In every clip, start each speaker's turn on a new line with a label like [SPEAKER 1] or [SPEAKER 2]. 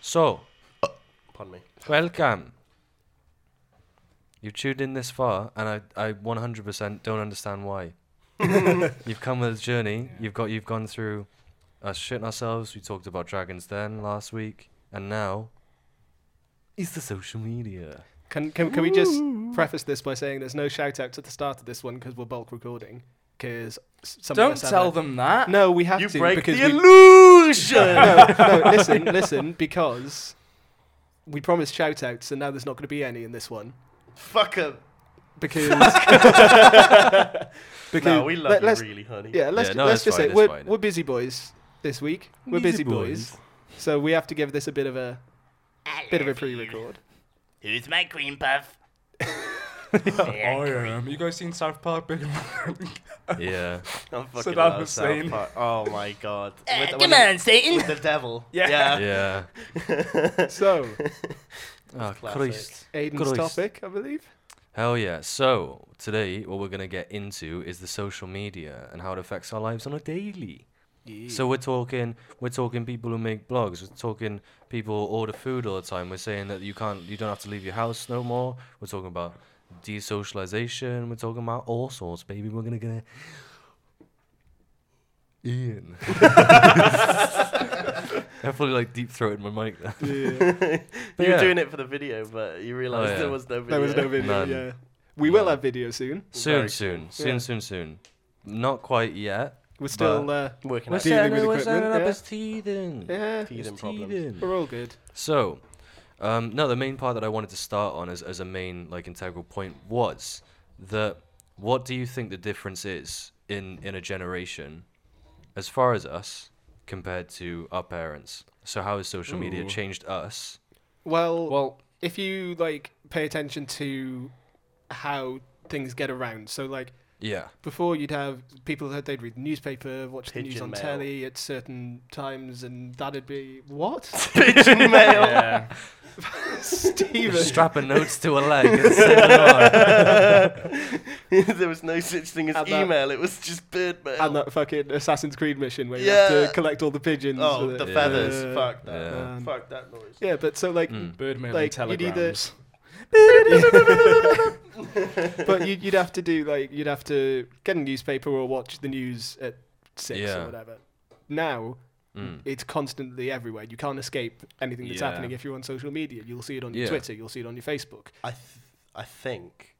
[SPEAKER 1] So,
[SPEAKER 2] Pardon me.
[SPEAKER 1] welcome. You've tuned in this far, and I, I 100% don't understand why. you've come with a journey. You've got, you've gone through us shitting ourselves. We talked about dragons then last week, and now is the social media.
[SPEAKER 3] Can can, can we just preface this by saying there's no shout outs at the start of this one because we're bulk recording? Because
[SPEAKER 4] Don't tell them that.
[SPEAKER 3] No, we have
[SPEAKER 2] You
[SPEAKER 3] to
[SPEAKER 2] break
[SPEAKER 3] because
[SPEAKER 2] the
[SPEAKER 3] we,
[SPEAKER 2] illusion.
[SPEAKER 3] no, no, listen, listen, because we promised shout outs and now there's not going to be any in this one
[SPEAKER 2] Fuck 'em.
[SPEAKER 3] because because
[SPEAKER 2] No, we love
[SPEAKER 3] let,
[SPEAKER 2] you
[SPEAKER 3] us
[SPEAKER 2] really, honey.
[SPEAKER 3] yeah let's
[SPEAKER 1] Yeah, no,
[SPEAKER 3] let's
[SPEAKER 1] that's
[SPEAKER 3] just
[SPEAKER 1] fine,
[SPEAKER 3] say
[SPEAKER 1] that's
[SPEAKER 3] we're,
[SPEAKER 1] fine.
[SPEAKER 3] we're busy boys this week we're
[SPEAKER 1] Busy
[SPEAKER 3] busy boys.
[SPEAKER 1] boys.
[SPEAKER 3] so we have to give this a bit of a bit of a pre-record
[SPEAKER 5] Who's my cream puff?
[SPEAKER 4] I am. You guys seen South Park? Big Mouth?
[SPEAKER 1] Yeah.
[SPEAKER 2] I'm fucking
[SPEAKER 4] Saddam
[SPEAKER 2] love South
[SPEAKER 4] Hussein.
[SPEAKER 2] Park. Oh my god. With-
[SPEAKER 5] Uh, come
[SPEAKER 2] when he-
[SPEAKER 5] on, Satan.
[SPEAKER 2] With the devil.
[SPEAKER 4] Yeah.
[SPEAKER 1] yeah.
[SPEAKER 3] so
[SPEAKER 1] Oh,
[SPEAKER 2] Classic.
[SPEAKER 1] Christ.
[SPEAKER 3] aiden's
[SPEAKER 1] Christ.
[SPEAKER 3] topic i believe
[SPEAKER 1] Hell yeah. So, today, what we're going to get into is the social media and how it affects our lives on a daily. So we're talking, we're talking people who make blogs. We're talking people who order food all the time. We're saying that you can't, you don't have to leave your house no more. We're talking about desocialization. We're talking about all sorts, baby. We're gonna get Ian. I fully like deep throated my mic there.
[SPEAKER 2] You were
[SPEAKER 1] yeah.
[SPEAKER 2] doing it for the video, but you realised
[SPEAKER 1] yeah.
[SPEAKER 2] there was no video.
[SPEAKER 3] Oh, There was no video.
[SPEAKER 1] None.
[SPEAKER 3] Yeah, we will have video soon.
[SPEAKER 1] Soon,
[SPEAKER 2] Very
[SPEAKER 1] soon, soon,
[SPEAKER 3] Yeah.
[SPEAKER 1] soon, soon. Not quite yet.
[SPEAKER 3] We're still. Uh,
[SPEAKER 2] Working
[SPEAKER 1] We're
[SPEAKER 2] out.
[SPEAKER 3] Dealing
[SPEAKER 1] setting,
[SPEAKER 3] with
[SPEAKER 1] we're
[SPEAKER 3] equipment,
[SPEAKER 1] setting up
[SPEAKER 3] yeah.
[SPEAKER 1] as teething.
[SPEAKER 3] yeah,
[SPEAKER 2] Teething
[SPEAKER 1] It's
[SPEAKER 2] problems.
[SPEAKER 1] teething.
[SPEAKER 3] we're all good.
[SPEAKER 1] So, um, no, the main part that I wanted to start on as, as a main like integral point was that what do you think the difference is in in a generation as far as us compared to our parents? So how has social media
[SPEAKER 4] Ooh.
[SPEAKER 1] changed us?
[SPEAKER 3] Well,
[SPEAKER 4] well,
[SPEAKER 3] if you like pay attention to how things get around, so like
[SPEAKER 1] Yeah.
[SPEAKER 3] before you'd have people that they'd read the newspaper, watch the news
[SPEAKER 2] Pigeon
[SPEAKER 3] on
[SPEAKER 2] mail.
[SPEAKER 3] telly at certain times, and that'd be what
[SPEAKER 2] Pigeon mail.
[SPEAKER 4] yeah.
[SPEAKER 3] Steven.
[SPEAKER 1] Strapping notes to a leg and send it on.
[SPEAKER 2] there was no such thing as
[SPEAKER 3] And that-
[SPEAKER 2] email. It was just bird mail.
[SPEAKER 3] and that fucking Assassin's Creed mission where you have
[SPEAKER 2] Yeah.
[SPEAKER 3] to collect all the pigeons.
[SPEAKER 2] oh,
[SPEAKER 3] with
[SPEAKER 2] the
[SPEAKER 3] it.
[SPEAKER 1] Yeah.
[SPEAKER 2] feathers.
[SPEAKER 3] Yeah.
[SPEAKER 2] Fuck that.
[SPEAKER 1] Yeah.
[SPEAKER 3] Um,
[SPEAKER 2] Fuck that noise.
[SPEAKER 3] yeah, but so like
[SPEAKER 1] Mm.
[SPEAKER 4] Birdman
[SPEAKER 3] Like,
[SPEAKER 4] and
[SPEAKER 3] you'd either-
[SPEAKER 4] telegrams.
[SPEAKER 3] but you'd, you'd have to do like you'd have to get a newspaper or watch the news at six
[SPEAKER 1] Yeah.
[SPEAKER 3] or whatever. Now
[SPEAKER 1] Mm.
[SPEAKER 3] it's constantly everywhere. You can't escape anything that's
[SPEAKER 1] Yeah.
[SPEAKER 3] happening if you're on social media. You'll see it on your
[SPEAKER 1] Yeah.
[SPEAKER 3] Twitter. You'll see it on your Facebook.
[SPEAKER 2] I, th- I think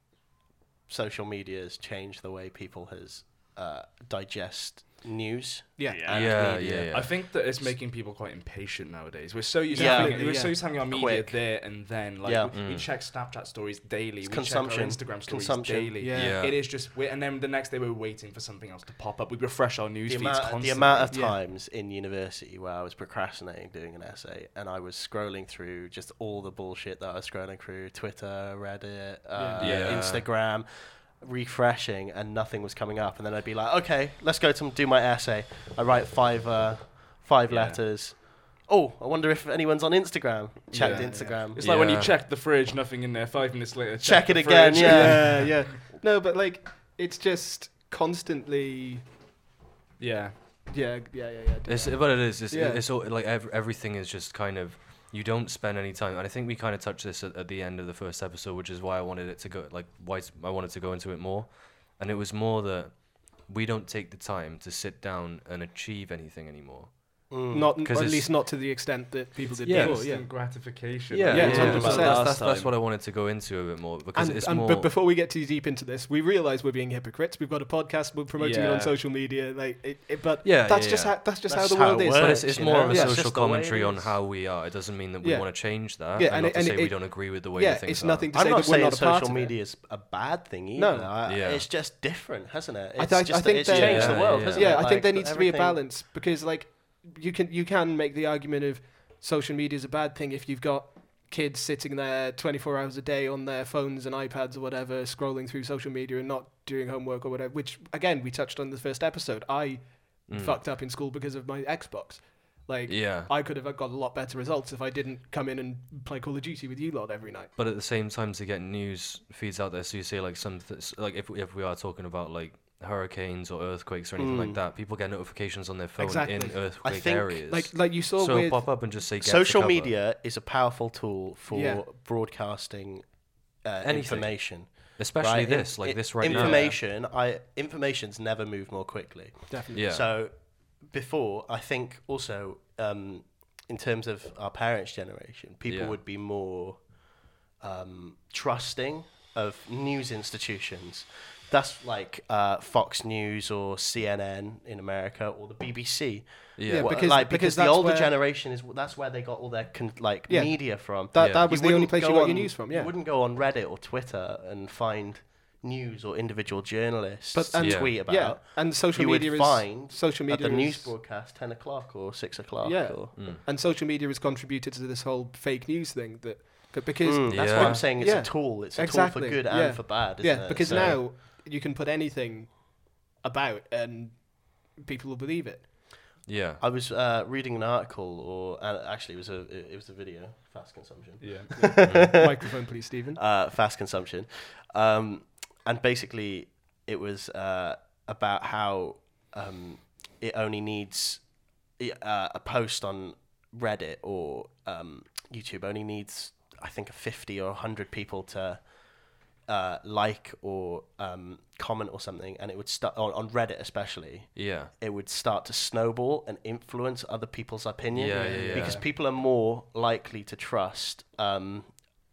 [SPEAKER 2] social media has changed the way people has uh, digest news.
[SPEAKER 3] Yeah.
[SPEAKER 1] Yeah,
[SPEAKER 2] and
[SPEAKER 1] yeah,
[SPEAKER 2] media.
[SPEAKER 1] yeah.
[SPEAKER 4] I think that it's making people quite impatient nowadays. We're so used
[SPEAKER 2] Yeah.
[SPEAKER 4] to having, we're
[SPEAKER 3] Yeah.
[SPEAKER 4] so used to having our media
[SPEAKER 2] Quick.
[SPEAKER 4] there and then. Like
[SPEAKER 2] Yeah.
[SPEAKER 4] we, we
[SPEAKER 1] Mm.
[SPEAKER 4] check Snapchat stories daily.
[SPEAKER 2] It's
[SPEAKER 4] we
[SPEAKER 2] consumption.
[SPEAKER 4] check our Instagram stories
[SPEAKER 2] Consumption.
[SPEAKER 4] daily.
[SPEAKER 3] Yeah.
[SPEAKER 1] Yeah.
[SPEAKER 4] It is just, we and then the next day we're waiting for something else to pop up. We refresh our news
[SPEAKER 2] The
[SPEAKER 4] feeds
[SPEAKER 2] amount,
[SPEAKER 4] constantly.
[SPEAKER 2] the amount of
[SPEAKER 3] Yeah.
[SPEAKER 2] times in university where I was procrastinating doing an essay and I was scrolling through just all the bullshit that I was scrolling through Twitter, Reddit, uh,
[SPEAKER 1] Yeah. Yeah.
[SPEAKER 2] Instagram, refreshing, and nothing was coming up. And then I'd be like, okay, let's go to do my essay. I write five, uh, five
[SPEAKER 4] Yeah.
[SPEAKER 2] letters. Oh, I wonder if anyone's on Instagram. Checked
[SPEAKER 3] Yeah, yeah.
[SPEAKER 2] Instagram.
[SPEAKER 4] It's like when you
[SPEAKER 1] Yeah.
[SPEAKER 4] check the fridge, nothing in there. Five minutes later,
[SPEAKER 2] Check
[SPEAKER 4] check,
[SPEAKER 2] it
[SPEAKER 4] the
[SPEAKER 2] again,
[SPEAKER 4] fridge.
[SPEAKER 2] yeah.
[SPEAKER 3] yeah, yeah. No, but like it's just constantly.
[SPEAKER 4] yeah.
[SPEAKER 3] Yeah, yeah, yeah, yeah.
[SPEAKER 1] It's uh, but it is. It's,
[SPEAKER 3] Yeah.
[SPEAKER 1] it's all like ev- everything is just kind of you don't spend any time. And I think we kind of touched this at, at the end of the first episode, which is why I wanted it to go like why s- I wanted to go into it more. And it was more that we don't take the time to sit down and achieve anything anymore.
[SPEAKER 2] Mm.
[SPEAKER 3] Not
[SPEAKER 1] 'Cause
[SPEAKER 3] or at
[SPEAKER 1] it's-
[SPEAKER 3] least not to the extent that people did
[SPEAKER 1] Yeah.
[SPEAKER 3] before. Yeah.
[SPEAKER 4] Instant gratification.
[SPEAKER 3] yeah,
[SPEAKER 4] we talked
[SPEAKER 3] yeah.
[SPEAKER 4] about
[SPEAKER 1] That's,
[SPEAKER 3] That's-
[SPEAKER 4] last
[SPEAKER 1] that's, that's
[SPEAKER 4] time.
[SPEAKER 1] what I wanted to go into a bit more because
[SPEAKER 3] And,
[SPEAKER 1] it's
[SPEAKER 3] and
[SPEAKER 1] more.
[SPEAKER 3] but before we get too deep into this, we realise we're being hypocrites. We've got a podcast, we're promoting it
[SPEAKER 4] Yeah.
[SPEAKER 3] on social media, like it, it, but
[SPEAKER 1] Yeah,
[SPEAKER 3] that's
[SPEAKER 1] yeah,
[SPEAKER 3] just
[SPEAKER 1] yeah.
[SPEAKER 3] how that's just
[SPEAKER 2] That's
[SPEAKER 3] how the
[SPEAKER 2] how
[SPEAKER 3] world
[SPEAKER 2] it
[SPEAKER 3] is.
[SPEAKER 2] works.
[SPEAKER 1] but it's, it's
[SPEAKER 2] you
[SPEAKER 1] more
[SPEAKER 2] know?
[SPEAKER 1] of a
[SPEAKER 3] Yeah. It's
[SPEAKER 1] social
[SPEAKER 2] just the way it
[SPEAKER 1] commentary on
[SPEAKER 2] is.
[SPEAKER 1] how we are. It doesn't mean that we
[SPEAKER 3] Yeah.
[SPEAKER 1] want to change that.
[SPEAKER 3] Yeah,
[SPEAKER 1] and,
[SPEAKER 3] and
[SPEAKER 1] not
[SPEAKER 3] it-
[SPEAKER 1] to
[SPEAKER 3] and
[SPEAKER 1] say we
[SPEAKER 3] it-
[SPEAKER 1] don't agree with the way
[SPEAKER 3] yeah,
[SPEAKER 1] things
[SPEAKER 3] it's
[SPEAKER 1] are.
[SPEAKER 3] nothing to
[SPEAKER 2] I'm
[SPEAKER 3] say
[SPEAKER 2] not
[SPEAKER 3] that we're
[SPEAKER 2] saying
[SPEAKER 3] not a part
[SPEAKER 2] social
[SPEAKER 3] of it.
[SPEAKER 2] media is a bad thing either.
[SPEAKER 3] No.
[SPEAKER 2] I-
[SPEAKER 1] Yeah.
[SPEAKER 2] It's just different, hasn't it?
[SPEAKER 3] I
[SPEAKER 2] It's
[SPEAKER 3] thi- I
[SPEAKER 2] just
[SPEAKER 3] think
[SPEAKER 2] it's
[SPEAKER 3] there-
[SPEAKER 2] changed
[SPEAKER 1] Yeah,
[SPEAKER 2] the world,
[SPEAKER 1] yeah.
[SPEAKER 2] hasn't
[SPEAKER 3] yeah,
[SPEAKER 2] it?
[SPEAKER 3] I think
[SPEAKER 2] Like,
[SPEAKER 3] there needs to be a
[SPEAKER 2] everything-
[SPEAKER 3] balance because like you can you can make the argument of social media is a bad thing if you've got kids sitting there 24 hours a day on their phones and iPads or whatever scrolling through social media and not doing homework or whatever which again we touched on in the first episode I
[SPEAKER 1] Mm.
[SPEAKER 3] fucked up in school because of my Xbox like
[SPEAKER 1] Yeah.
[SPEAKER 3] I could have got a lot better results if I didn't come in and play Call of Duty with you lot every night
[SPEAKER 1] But at the same time, to get news feeds out there, so you say like some th- s- like if if we are talking about like hurricanes or earthquakes or anything like that, people get notifications on their phone in
[SPEAKER 3] Mm. Exactly. I
[SPEAKER 1] earthquake
[SPEAKER 2] think,
[SPEAKER 1] areas.
[SPEAKER 3] Like like you saw
[SPEAKER 1] so
[SPEAKER 3] with
[SPEAKER 1] pop up and just say get to
[SPEAKER 2] Social
[SPEAKER 1] cover.
[SPEAKER 2] media is a powerful tool for
[SPEAKER 3] Yeah.
[SPEAKER 2] broadcasting uh,
[SPEAKER 1] Anything.
[SPEAKER 2] information.
[SPEAKER 1] especially
[SPEAKER 2] right? In-
[SPEAKER 1] this, like
[SPEAKER 2] i-
[SPEAKER 1] this right
[SPEAKER 2] information, I information's never moved more quickly.
[SPEAKER 3] definitely.
[SPEAKER 1] now. Yeah.
[SPEAKER 2] So before, I think also um, in terms of our parents' generation, people
[SPEAKER 1] Yeah.
[SPEAKER 2] would be more um, trusting of news institutions. That's like uh, Fox News or CNN in America or the BBC.
[SPEAKER 1] Yeah.
[SPEAKER 3] Yeah,
[SPEAKER 2] Wha-
[SPEAKER 3] because-
[SPEAKER 2] like,
[SPEAKER 3] because
[SPEAKER 2] because, the
[SPEAKER 3] that's
[SPEAKER 2] older
[SPEAKER 3] where-
[SPEAKER 2] generation is that's where they got all their con- like
[SPEAKER 3] Yeah.
[SPEAKER 2] media from.
[SPEAKER 3] That
[SPEAKER 1] Yeah.
[SPEAKER 3] that was the only
[SPEAKER 2] wouldn't
[SPEAKER 3] place you
[SPEAKER 2] go
[SPEAKER 3] got
[SPEAKER 2] on-
[SPEAKER 3] your news from. Yeah.
[SPEAKER 2] You wouldn't go on Reddit or Twitter and find news or individual journalists
[SPEAKER 3] But-
[SPEAKER 2] to
[SPEAKER 1] and- Yeah.
[SPEAKER 2] tweet about
[SPEAKER 3] yeah. And social
[SPEAKER 2] you would
[SPEAKER 3] media is
[SPEAKER 2] find
[SPEAKER 3] social
[SPEAKER 2] at
[SPEAKER 3] media
[SPEAKER 2] the
[SPEAKER 3] is,
[SPEAKER 2] news broadcast, ten o'clock or six o'clock.
[SPEAKER 3] Yeah.
[SPEAKER 2] or,
[SPEAKER 1] Mm.
[SPEAKER 3] and social media has contributed to this whole fake news thing that c- because
[SPEAKER 2] Mm, that's
[SPEAKER 1] Yeah.
[SPEAKER 2] what I'm saying. It's
[SPEAKER 3] Yeah.
[SPEAKER 2] a tool. It's a tool
[SPEAKER 3] Exactly,
[SPEAKER 2] for good
[SPEAKER 3] yeah.
[SPEAKER 2] and for bad. Isn't
[SPEAKER 3] yeah
[SPEAKER 2] it?
[SPEAKER 3] because
[SPEAKER 2] So-
[SPEAKER 3] now you can put anything about and people will believe it.
[SPEAKER 1] yeah.
[SPEAKER 2] I was uh, reading an article, or uh, actually, it was a it, it was a video. Fast consumption.
[SPEAKER 4] Yeah.
[SPEAKER 3] Microphone, please, Stephen.
[SPEAKER 2] uh, fast consumption, um, and basically it was uh, about how um, it only needs i- uh, a post on Reddit or um, YouTube only needs I think fifty or hundred people to uh, like or um, comment or something, and it would start on, on Reddit especially.
[SPEAKER 1] Yeah.
[SPEAKER 2] It would start to snowball and influence other people's opinion
[SPEAKER 1] Yeah, yeah, yeah.
[SPEAKER 2] because people are more likely to trust um,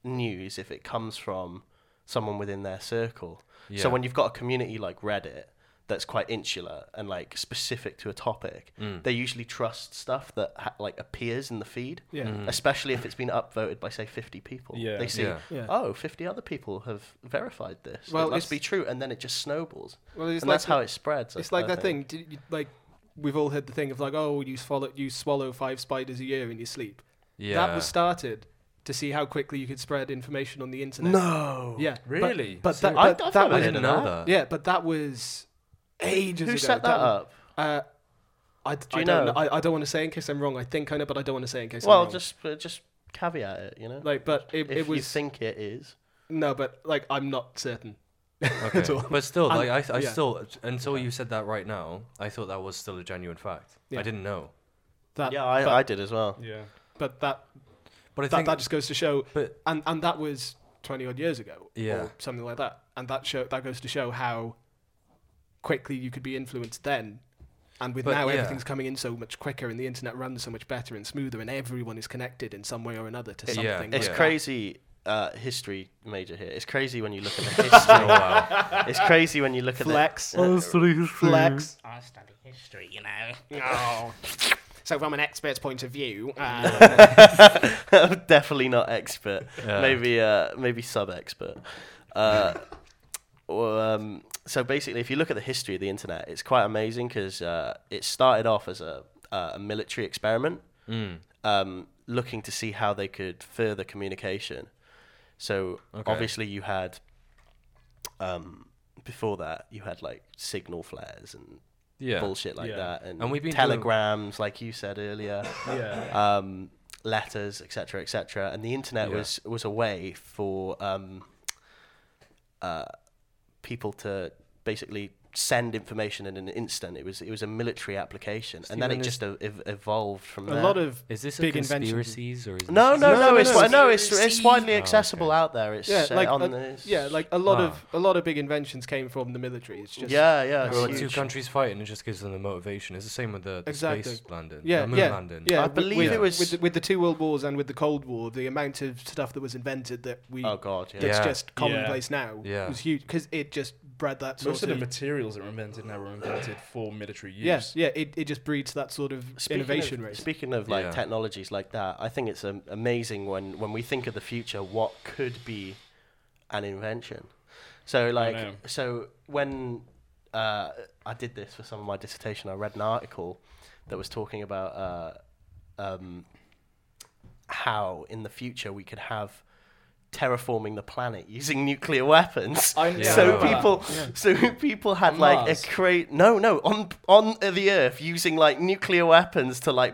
[SPEAKER 2] news if it comes from someone within their circle.
[SPEAKER 1] Yeah.
[SPEAKER 2] So when you've got a community like Reddit that's quite insular and like specific to a topic,
[SPEAKER 1] Mm.
[SPEAKER 2] they usually trust stuff that ha- like appears in the feed,
[SPEAKER 3] Yeah.
[SPEAKER 1] Mm-hmm.
[SPEAKER 2] especially if it's been upvoted by say 50 people.
[SPEAKER 4] Yeah.
[SPEAKER 2] They see,
[SPEAKER 1] Hmm. Yeah.
[SPEAKER 3] Yeah.
[SPEAKER 2] oh, 50 other people have verified this.
[SPEAKER 3] Well,
[SPEAKER 2] Well, it must
[SPEAKER 3] it's-
[SPEAKER 2] be true and then it just snowballs.
[SPEAKER 3] Well, it's
[SPEAKER 2] and
[SPEAKER 3] like
[SPEAKER 2] that's how it spreads. I-
[SPEAKER 3] It's like
[SPEAKER 2] I
[SPEAKER 3] that
[SPEAKER 2] think.
[SPEAKER 3] thing. Did you, like we've all heard the thing of like, oh, you swallow you swallow five spiders a year in your sleep.
[SPEAKER 1] yeah.
[SPEAKER 3] That was started to see how quickly you could spread information on the internet.
[SPEAKER 2] No.
[SPEAKER 3] Yeah. but-
[SPEAKER 4] Really?
[SPEAKER 3] But, that,
[SPEAKER 2] I-
[SPEAKER 3] but
[SPEAKER 2] I've
[SPEAKER 3] that
[SPEAKER 2] never
[SPEAKER 1] I
[SPEAKER 3] was
[SPEAKER 2] heard
[SPEAKER 1] didn't
[SPEAKER 2] of
[SPEAKER 1] know that.
[SPEAKER 3] yeah, but that was ages
[SPEAKER 2] Who
[SPEAKER 3] ago.
[SPEAKER 2] set that up?
[SPEAKER 3] Uh, I, do
[SPEAKER 2] you
[SPEAKER 3] don't,
[SPEAKER 2] know?
[SPEAKER 3] kn- I, I don't want to say in case I'm wrong. I think I know, but I don't want to say in case. I'm
[SPEAKER 2] Well,
[SPEAKER 3] wrong.
[SPEAKER 2] just uh, just caveat it, you know.
[SPEAKER 3] like, but it,
[SPEAKER 2] if
[SPEAKER 3] it was
[SPEAKER 2] you think it is,
[SPEAKER 3] no, but like I'm not certain.
[SPEAKER 1] Okay.
[SPEAKER 3] all.
[SPEAKER 1] But still,
[SPEAKER 3] And-
[SPEAKER 1] like I, I
[SPEAKER 3] yeah.
[SPEAKER 1] still until you said that right now, I thought that was still a genuine fact.
[SPEAKER 3] Yeah.
[SPEAKER 1] I didn't know.
[SPEAKER 3] That
[SPEAKER 2] yeah, I,
[SPEAKER 3] but,
[SPEAKER 2] I did as well.
[SPEAKER 4] Yeah.
[SPEAKER 3] but that
[SPEAKER 1] But I
[SPEAKER 3] that,
[SPEAKER 1] think
[SPEAKER 3] that just goes to show
[SPEAKER 1] but
[SPEAKER 3] and and that was 20 odd years ago
[SPEAKER 1] Yeah.
[SPEAKER 3] or something like that and that show that goes to show how quickly you could be influenced then and with
[SPEAKER 1] But,
[SPEAKER 3] now
[SPEAKER 1] yeah.
[SPEAKER 3] everything's coming in so much quicker and the internet runs so much better and smoother and everyone is connected in some way or another to
[SPEAKER 1] Yeah.
[SPEAKER 3] something like
[SPEAKER 2] It's
[SPEAKER 1] Yeah.
[SPEAKER 2] crazy. Uh, history major here. It's crazy when you look at the
[SPEAKER 1] oh,
[SPEAKER 2] history.
[SPEAKER 1] wow.
[SPEAKER 2] it's crazy when you look at
[SPEAKER 3] flex
[SPEAKER 2] the.
[SPEAKER 3] flex
[SPEAKER 5] I study history, you know. Oh.
[SPEAKER 3] so from an expert's point of view uh,
[SPEAKER 2] I'm definitely not expert.
[SPEAKER 1] Yeah.
[SPEAKER 2] Maybe uh, maybe sub-expert. Uh, or, um, so basically, if you look at the history of the internet, it's quite amazing because uh, it started off as a, uh, a military experiment,
[SPEAKER 1] Mm.
[SPEAKER 2] um, looking to see how they could further communication. So
[SPEAKER 1] Okay.
[SPEAKER 2] obviously, you had um, before that, you had like signal flares and
[SPEAKER 1] yeah.
[SPEAKER 2] bullshit like
[SPEAKER 4] Yeah.
[SPEAKER 2] that, and,
[SPEAKER 1] And we've been doing-
[SPEAKER 2] telegrams, like you said earlier
[SPEAKER 4] Yeah.
[SPEAKER 2] um, letters, etc., etc. And the internet
[SPEAKER 1] Yeah.
[SPEAKER 2] was was a way for um, uh, people to basically send information in an instant. It was it was a military application, and then
[SPEAKER 3] Stephen,
[SPEAKER 2] it just e- ev- evolved from
[SPEAKER 3] a
[SPEAKER 2] there.
[SPEAKER 3] lot of
[SPEAKER 1] Is this a
[SPEAKER 3] big inventions
[SPEAKER 1] conspiracies or is
[SPEAKER 2] no,
[SPEAKER 1] this
[SPEAKER 2] no,
[SPEAKER 3] No,
[SPEAKER 2] no,
[SPEAKER 3] no,
[SPEAKER 2] it's
[SPEAKER 3] no. Oh,
[SPEAKER 2] wi- no, it's it's widely
[SPEAKER 1] okay.
[SPEAKER 2] accessible out there. It's
[SPEAKER 3] yeah
[SPEAKER 2] uh,
[SPEAKER 3] like
[SPEAKER 2] on
[SPEAKER 3] a,
[SPEAKER 2] the
[SPEAKER 3] yeah like a lot
[SPEAKER 1] Wow.
[SPEAKER 3] of a lot of big inventions came from the military it's just
[SPEAKER 2] yeah, yeah,
[SPEAKER 1] Well, when
[SPEAKER 2] it's
[SPEAKER 1] two
[SPEAKER 2] huge.
[SPEAKER 1] countries fight and it just gives them the motivation. It's the same with the, the
[SPEAKER 3] Exactly.
[SPEAKER 1] space landing,
[SPEAKER 3] yeah,
[SPEAKER 1] the moon
[SPEAKER 3] yeah,
[SPEAKER 1] landing.
[SPEAKER 3] yeah.
[SPEAKER 2] I
[SPEAKER 3] wi-
[SPEAKER 2] believe
[SPEAKER 3] with,
[SPEAKER 2] it was-
[SPEAKER 3] with the, with the two world wars and with the Cold War, the amount of stuff that was invented that we
[SPEAKER 2] Oh god, yeah.
[SPEAKER 3] that's
[SPEAKER 1] Yeah.
[SPEAKER 3] just commonplace now
[SPEAKER 1] Yeah.
[SPEAKER 3] was huge because it just bred that sort
[SPEAKER 4] Most of the
[SPEAKER 3] of,
[SPEAKER 4] materials that were invented now were invented for military use.
[SPEAKER 3] yeah, yeah. It, it just breeds that sort of innovation
[SPEAKER 2] of,
[SPEAKER 3] race.
[SPEAKER 2] Speaking of like
[SPEAKER 1] Yeah.
[SPEAKER 2] technologies like that, I think it's um, amazing when when we think of the future, what could be an invention. So
[SPEAKER 4] know.
[SPEAKER 2] like so when uh, I did this for some of my dissertation, I read an article that was talking about uh, um, how in the future we could have terraforming the planet using nuclear weapons.
[SPEAKER 4] I
[SPEAKER 1] Yeah.
[SPEAKER 2] So
[SPEAKER 1] Yeah.
[SPEAKER 2] people, so people had
[SPEAKER 4] On
[SPEAKER 2] like
[SPEAKER 4] Mars.
[SPEAKER 2] a crate. No, no, on on the Earth using like nuclear weapons to like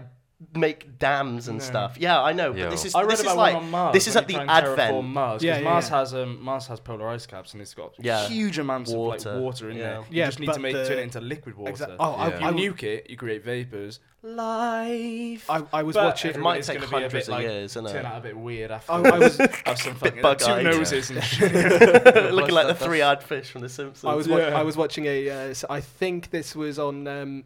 [SPEAKER 2] make dams and
[SPEAKER 4] No.
[SPEAKER 2] stuff. Yeah, I know.
[SPEAKER 1] Yo.
[SPEAKER 2] But this is
[SPEAKER 4] I read
[SPEAKER 2] this
[SPEAKER 4] about
[SPEAKER 2] is
[SPEAKER 4] one
[SPEAKER 2] like
[SPEAKER 4] on Mars.
[SPEAKER 2] this is
[SPEAKER 4] when
[SPEAKER 2] at
[SPEAKER 4] they
[SPEAKER 2] the
[SPEAKER 4] try and terraform
[SPEAKER 2] advent.
[SPEAKER 4] Mars,
[SPEAKER 3] Yeah,
[SPEAKER 4] yeah,
[SPEAKER 3] yeah,
[SPEAKER 4] Mars
[SPEAKER 3] yeah.
[SPEAKER 4] has um, Mars has polar ice caps and it's got
[SPEAKER 2] Yeah.
[SPEAKER 4] huge amounts of
[SPEAKER 2] Water,
[SPEAKER 4] like water in
[SPEAKER 2] yeah.
[SPEAKER 4] there. You
[SPEAKER 3] Yeah,
[SPEAKER 4] just need
[SPEAKER 3] but
[SPEAKER 4] to make
[SPEAKER 3] the-
[SPEAKER 4] turn it into liquid water.
[SPEAKER 3] Exactly. Oh,
[SPEAKER 1] Yeah.
[SPEAKER 4] You
[SPEAKER 3] I, I,
[SPEAKER 4] nuke it, you create vapors. Life.
[SPEAKER 3] I, I was
[SPEAKER 4] But
[SPEAKER 3] watching.
[SPEAKER 2] It might
[SPEAKER 4] It's
[SPEAKER 2] take
[SPEAKER 4] gonna be a
[SPEAKER 2] hundreds
[SPEAKER 4] bit
[SPEAKER 2] of
[SPEAKER 4] like
[SPEAKER 2] years, isn't
[SPEAKER 4] Turn
[SPEAKER 2] it?
[SPEAKER 4] out a bit weird after.
[SPEAKER 3] I, I was
[SPEAKER 4] have some fucking two
[SPEAKER 2] bug-eyed.
[SPEAKER 4] noses and shit.
[SPEAKER 2] Looking like the
[SPEAKER 1] That's-
[SPEAKER 2] three-eyed fish from The Simpsons.
[SPEAKER 3] I was wa-
[SPEAKER 4] Yeah.
[SPEAKER 3] I was watching a. Uh, s- I think this was on um,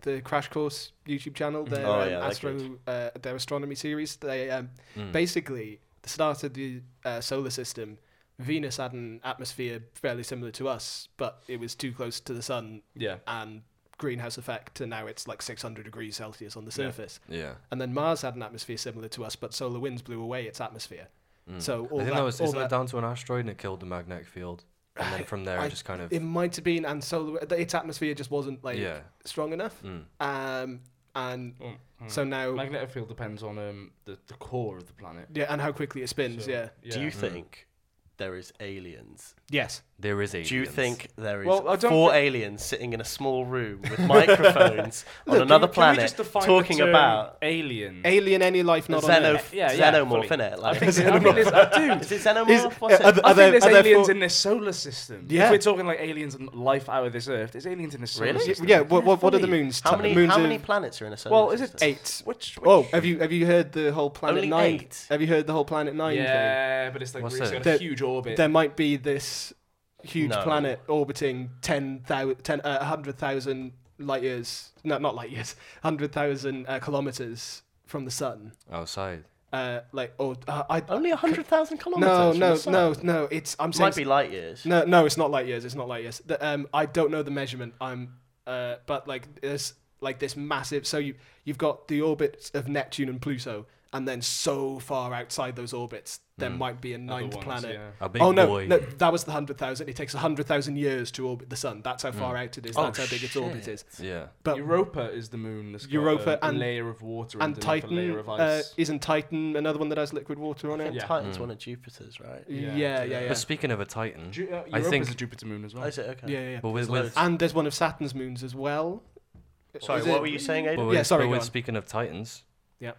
[SPEAKER 3] the Crash Course YouTube channel. Their
[SPEAKER 2] Oh,
[SPEAKER 3] um,
[SPEAKER 2] yeah, they're
[SPEAKER 3] astro, uh, their astronomy series. They um,
[SPEAKER 1] Mm.
[SPEAKER 3] basically the start of the uh, solar system. Venus had an atmosphere fairly similar to us, but it was too close to the sun
[SPEAKER 4] yeah.
[SPEAKER 3] and greenhouse effect, and now it's like 600 degrees Celsius on the
[SPEAKER 4] Yeah.
[SPEAKER 3] surface.
[SPEAKER 1] yeah.
[SPEAKER 3] And then Mars had an atmosphere similar to us, but solar winds blew away its atmosphere.
[SPEAKER 1] Mm.
[SPEAKER 3] So all
[SPEAKER 1] I think
[SPEAKER 3] that,
[SPEAKER 1] that, was
[SPEAKER 3] all
[SPEAKER 1] isn't
[SPEAKER 3] that-
[SPEAKER 1] it down to an asteroid and it killed the magnetic field, and then from there
[SPEAKER 3] I-
[SPEAKER 1] it just kind of
[SPEAKER 3] it might have been, and solar its atmosphere just wasn't like
[SPEAKER 1] yeah.
[SPEAKER 3] strong enough.
[SPEAKER 1] Mm.
[SPEAKER 3] Um, and
[SPEAKER 4] Mm, mm.
[SPEAKER 3] so now,
[SPEAKER 4] magnetic field depends on um, the, the core of the planet.
[SPEAKER 3] yeah, and how quickly it spins.
[SPEAKER 4] So,
[SPEAKER 3] yeah.
[SPEAKER 2] Do you
[SPEAKER 1] Mm.
[SPEAKER 2] think there is aliens?
[SPEAKER 3] Yes.
[SPEAKER 1] There is aliens.
[SPEAKER 2] Do you think there is
[SPEAKER 4] Well, I don't
[SPEAKER 2] four
[SPEAKER 4] thi-
[SPEAKER 2] aliens sitting in a small room with microphones on another planet talking about
[SPEAKER 4] alien?
[SPEAKER 3] Alien, any life not on
[SPEAKER 2] xeno-
[SPEAKER 3] Earth.
[SPEAKER 4] Yeah, yeah,
[SPEAKER 2] xenomorph,
[SPEAKER 4] fully.
[SPEAKER 2] innit?
[SPEAKER 4] I
[SPEAKER 2] Like,
[SPEAKER 4] think, I think there's, I do.
[SPEAKER 2] is it xenomorph? What's
[SPEAKER 3] are
[SPEAKER 2] it?
[SPEAKER 3] the-
[SPEAKER 4] I think there's
[SPEAKER 3] are there
[SPEAKER 4] aliens
[SPEAKER 3] four-
[SPEAKER 4] in this solar system.
[SPEAKER 3] Yeah.
[SPEAKER 4] If we're talking like aliens and life out of this Earth, there's aliens in this solar
[SPEAKER 2] Really?
[SPEAKER 3] Y-
[SPEAKER 4] system.
[SPEAKER 3] Yeah. What, what, what are the
[SPEAKER 4] Fully.
[SPEAKER 3] moons?
[SPEAKER 2] How
[SPEAKER 3] Ty-
[SPEAKER 2] many,
[SPEAKER 3] moons
[SPEAKER 2] how
[SPEAKER 3] of
[SPEAKER 2] many planets are in a solar
[SPEAKER 4] Well, is it
[SPEAKER 2] system?
[SPEAKER 3] Eight.
[SPEAKER 4] Which, which
[SPEAKER 3] Oh, have you have you heard the whole Planet
[SPEAKER 2] Only
[SPEAKER 3] Nine?
[SPEAKER 2] eight.
[SPEAKER 3] Have you heard the whole Planet Nine thing?
[SPEAKER 4] Yeah, but it's like
[SPEAKER 1] What's
[SPEAKER 4] it's
[SPEAKER 1] that?
[SPEAKER 4] got
[SPEAKER 3] There-
[SPEAKER 4] a huge orbit.
[SPEAKER 3] There might be this huge
[SPEAKER 2] No.
[SPEAKER 3] planet orbiting 10,000, 10, uh, 100,000 light years. No, not light years. 100,000 uh, kilometers from the sun.
[SPEAKER 1] outside?
[SPEAKER 3] Uh, like, or uh, I.
[SPEAKER 2] Only 100,000 kilometers?
[SPEAKER 3] No,
[SPEAKER 2] from
[SPEAKER 3] no,
[SPEAKER 2] the sun?
[SPEAKER 3] no, no. It's I'm
[SPEAKER 2] It
[SPEAKER 3] saying
[SPEAKER 2] might be light years.
[SPEAKER 3] No, no, it's not light years. It's not light years. The, um, I don't know the measurement. I'm, uh, but like there's like this massive. So you you've got the orbits of Neptune and Pluto, and then so far outside those orbits, there
[SPEAKER 2] Hmm.
[SPEAKER 1] Mm.
[SPEAKER 3] might be a
[SPEAKER 4] Other
[SPEAKER 3] ninth
[SPEAKER 4] ones,
[SPEAKER 3] planet.
[SPEAKER 4] yeah.
[SPEAKER 1] A big
[SPEAKER 3] Oh no,
[SPEAKER 1] boy.
[SPEAKER 3] no, that was the hundred thousand. It takes hundred thousand years to orbit the sun. That's how far out it is.
[SPEAKER 2] Oh,
[SPEAKER 3] That's how big its orbit
[SPEAKER 2] shit.
[SPEAKER 3] is.
[SPEAKER 1] Yeah.
[SPEAKER 3] But
[SPEAKER 4] Europa is the moon. that's got
[SPEAKER 3] Europa
[SPEAKER 4] a
[SPEAKER 3] and-
[SPEAKER 4] layer of water
[SPEAKER 3] and
[SPEAKER 4] underneath a
[SPEAKER 3] Titan
[SPEAKER 4] layer of
[SPEAKER 3] uh,
[SPEAKER 4] ice.
[SPEAKER 3] isn't Titan another one that has liquid water on
[SPEAKER 2] I
[SPEAKER 3] it?
[SPEAKER 2] think
[SPEAKER 4] Yeah.
[SPEAKER 2] Titan's
[SPEAKER 1] Mm.
[SPEAKER 2] one of Jupiter's, right?
[SPEAKER 3] Yeah,
[SPEAKER 4] Yeah.
[SPEAKER 3] yeah, yeah.
[SPEAKER 4] Yeah.
[SPEAKER 3] yeah.
[SPEAKER 1] But speaking of a Titan,
[SPEAKER 4] Ju- uh,
[SPEAKER 1] I
[SPEAKER 4] Europa's
[SPEAKER 1] think-
[SPEAKER 4] a Jupiter moon as well.
[SPEAKER 2] Oh, is it? Okay.
[SPEAKER 3] yeah, yeah, yeah.
[SPEAKER 1] but with,
[SPEAKER 2] There's
[SPEAKER 1] with
[SPEAKER 2] loads.
[SPEAKER 3] And there's one of Saturn's moons as well.
[SPEAKER 2] Sorry,
[SPEAKER 3] Is
[SPEAKER 2] what
[SPEAKER 3] it-
[SPEAKER 2] were you saying, Aidan?
[SPEAKER 1] But
[SPEAKER 3] Yeah,
[SPEAKER 1] with,
[SPEAKER 3] sorry,
[SPEAKER 1] but
[SPEAKER 3] go
[SPEAKER 1] with
[SPEAKER 3] on.
[SPEAKER 1] speaking of Titans.
[SPEAKER 3] Yeah.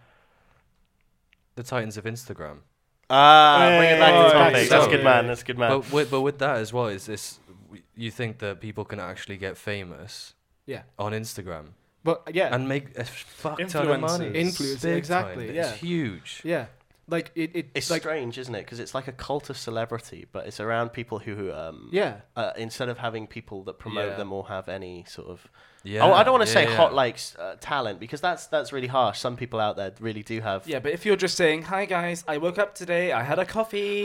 [SPEAKER 1] The Titans of Instagram.
[SPEAKER 2] Ah, bring it back to the
[SPEAKER 3] Hey,
[SPEAKER 2] topic. That's
[SPEAKER 1] so-
[SPEAKER 2] good, man. That's good, man.
[SPEAKER 1] But with, but with that as well, is this you think that people can actually get famous
[SPEAKER 3] Yeah.
[SPEAKER 1] on Instagram
[SPEAKER 3] But yeah,
[SPEAKER 1] and make a fuck ton of money?
[SPEAKER 4] Influencers.
[SPEAKER 3] Influencers,
[SPEAKER 1] Big
[SPEAKER 3] exactly,
[SPEAKER 1] time.
[SPEAKER 3] yeah.
[SPEAKER 1] It's huge.
[SPEAKER 3] Yeah, like it. it
[SPEAKER 2] It's
[SPEAKER 3] like
[SPEAKER 2] strange, isn't it? Because it's like a cult of celebrity, but it's around people who, who, um,
[SPEAKER 3] yeah,
[SPEAKER 2] uh, instead of having people that promote
[SPEAKER 4] Yeah.
[SPEAKER 2] them or have any sort of,
[SPEAKER 1] Yeah.
[SPEAKER 2] oh, I don't want to
[SPEAKER 1] yeah,
[SPEAKER 2] say
[SPEAKER 1] yeah.
[SPEAKER 2] hot like s- uh, talent because that's that's really harsh. Some people out there really do have,
[SPEAKER 4] Yeah, but if you're just saying, "Hi guys, I woke up today. I had a coffee."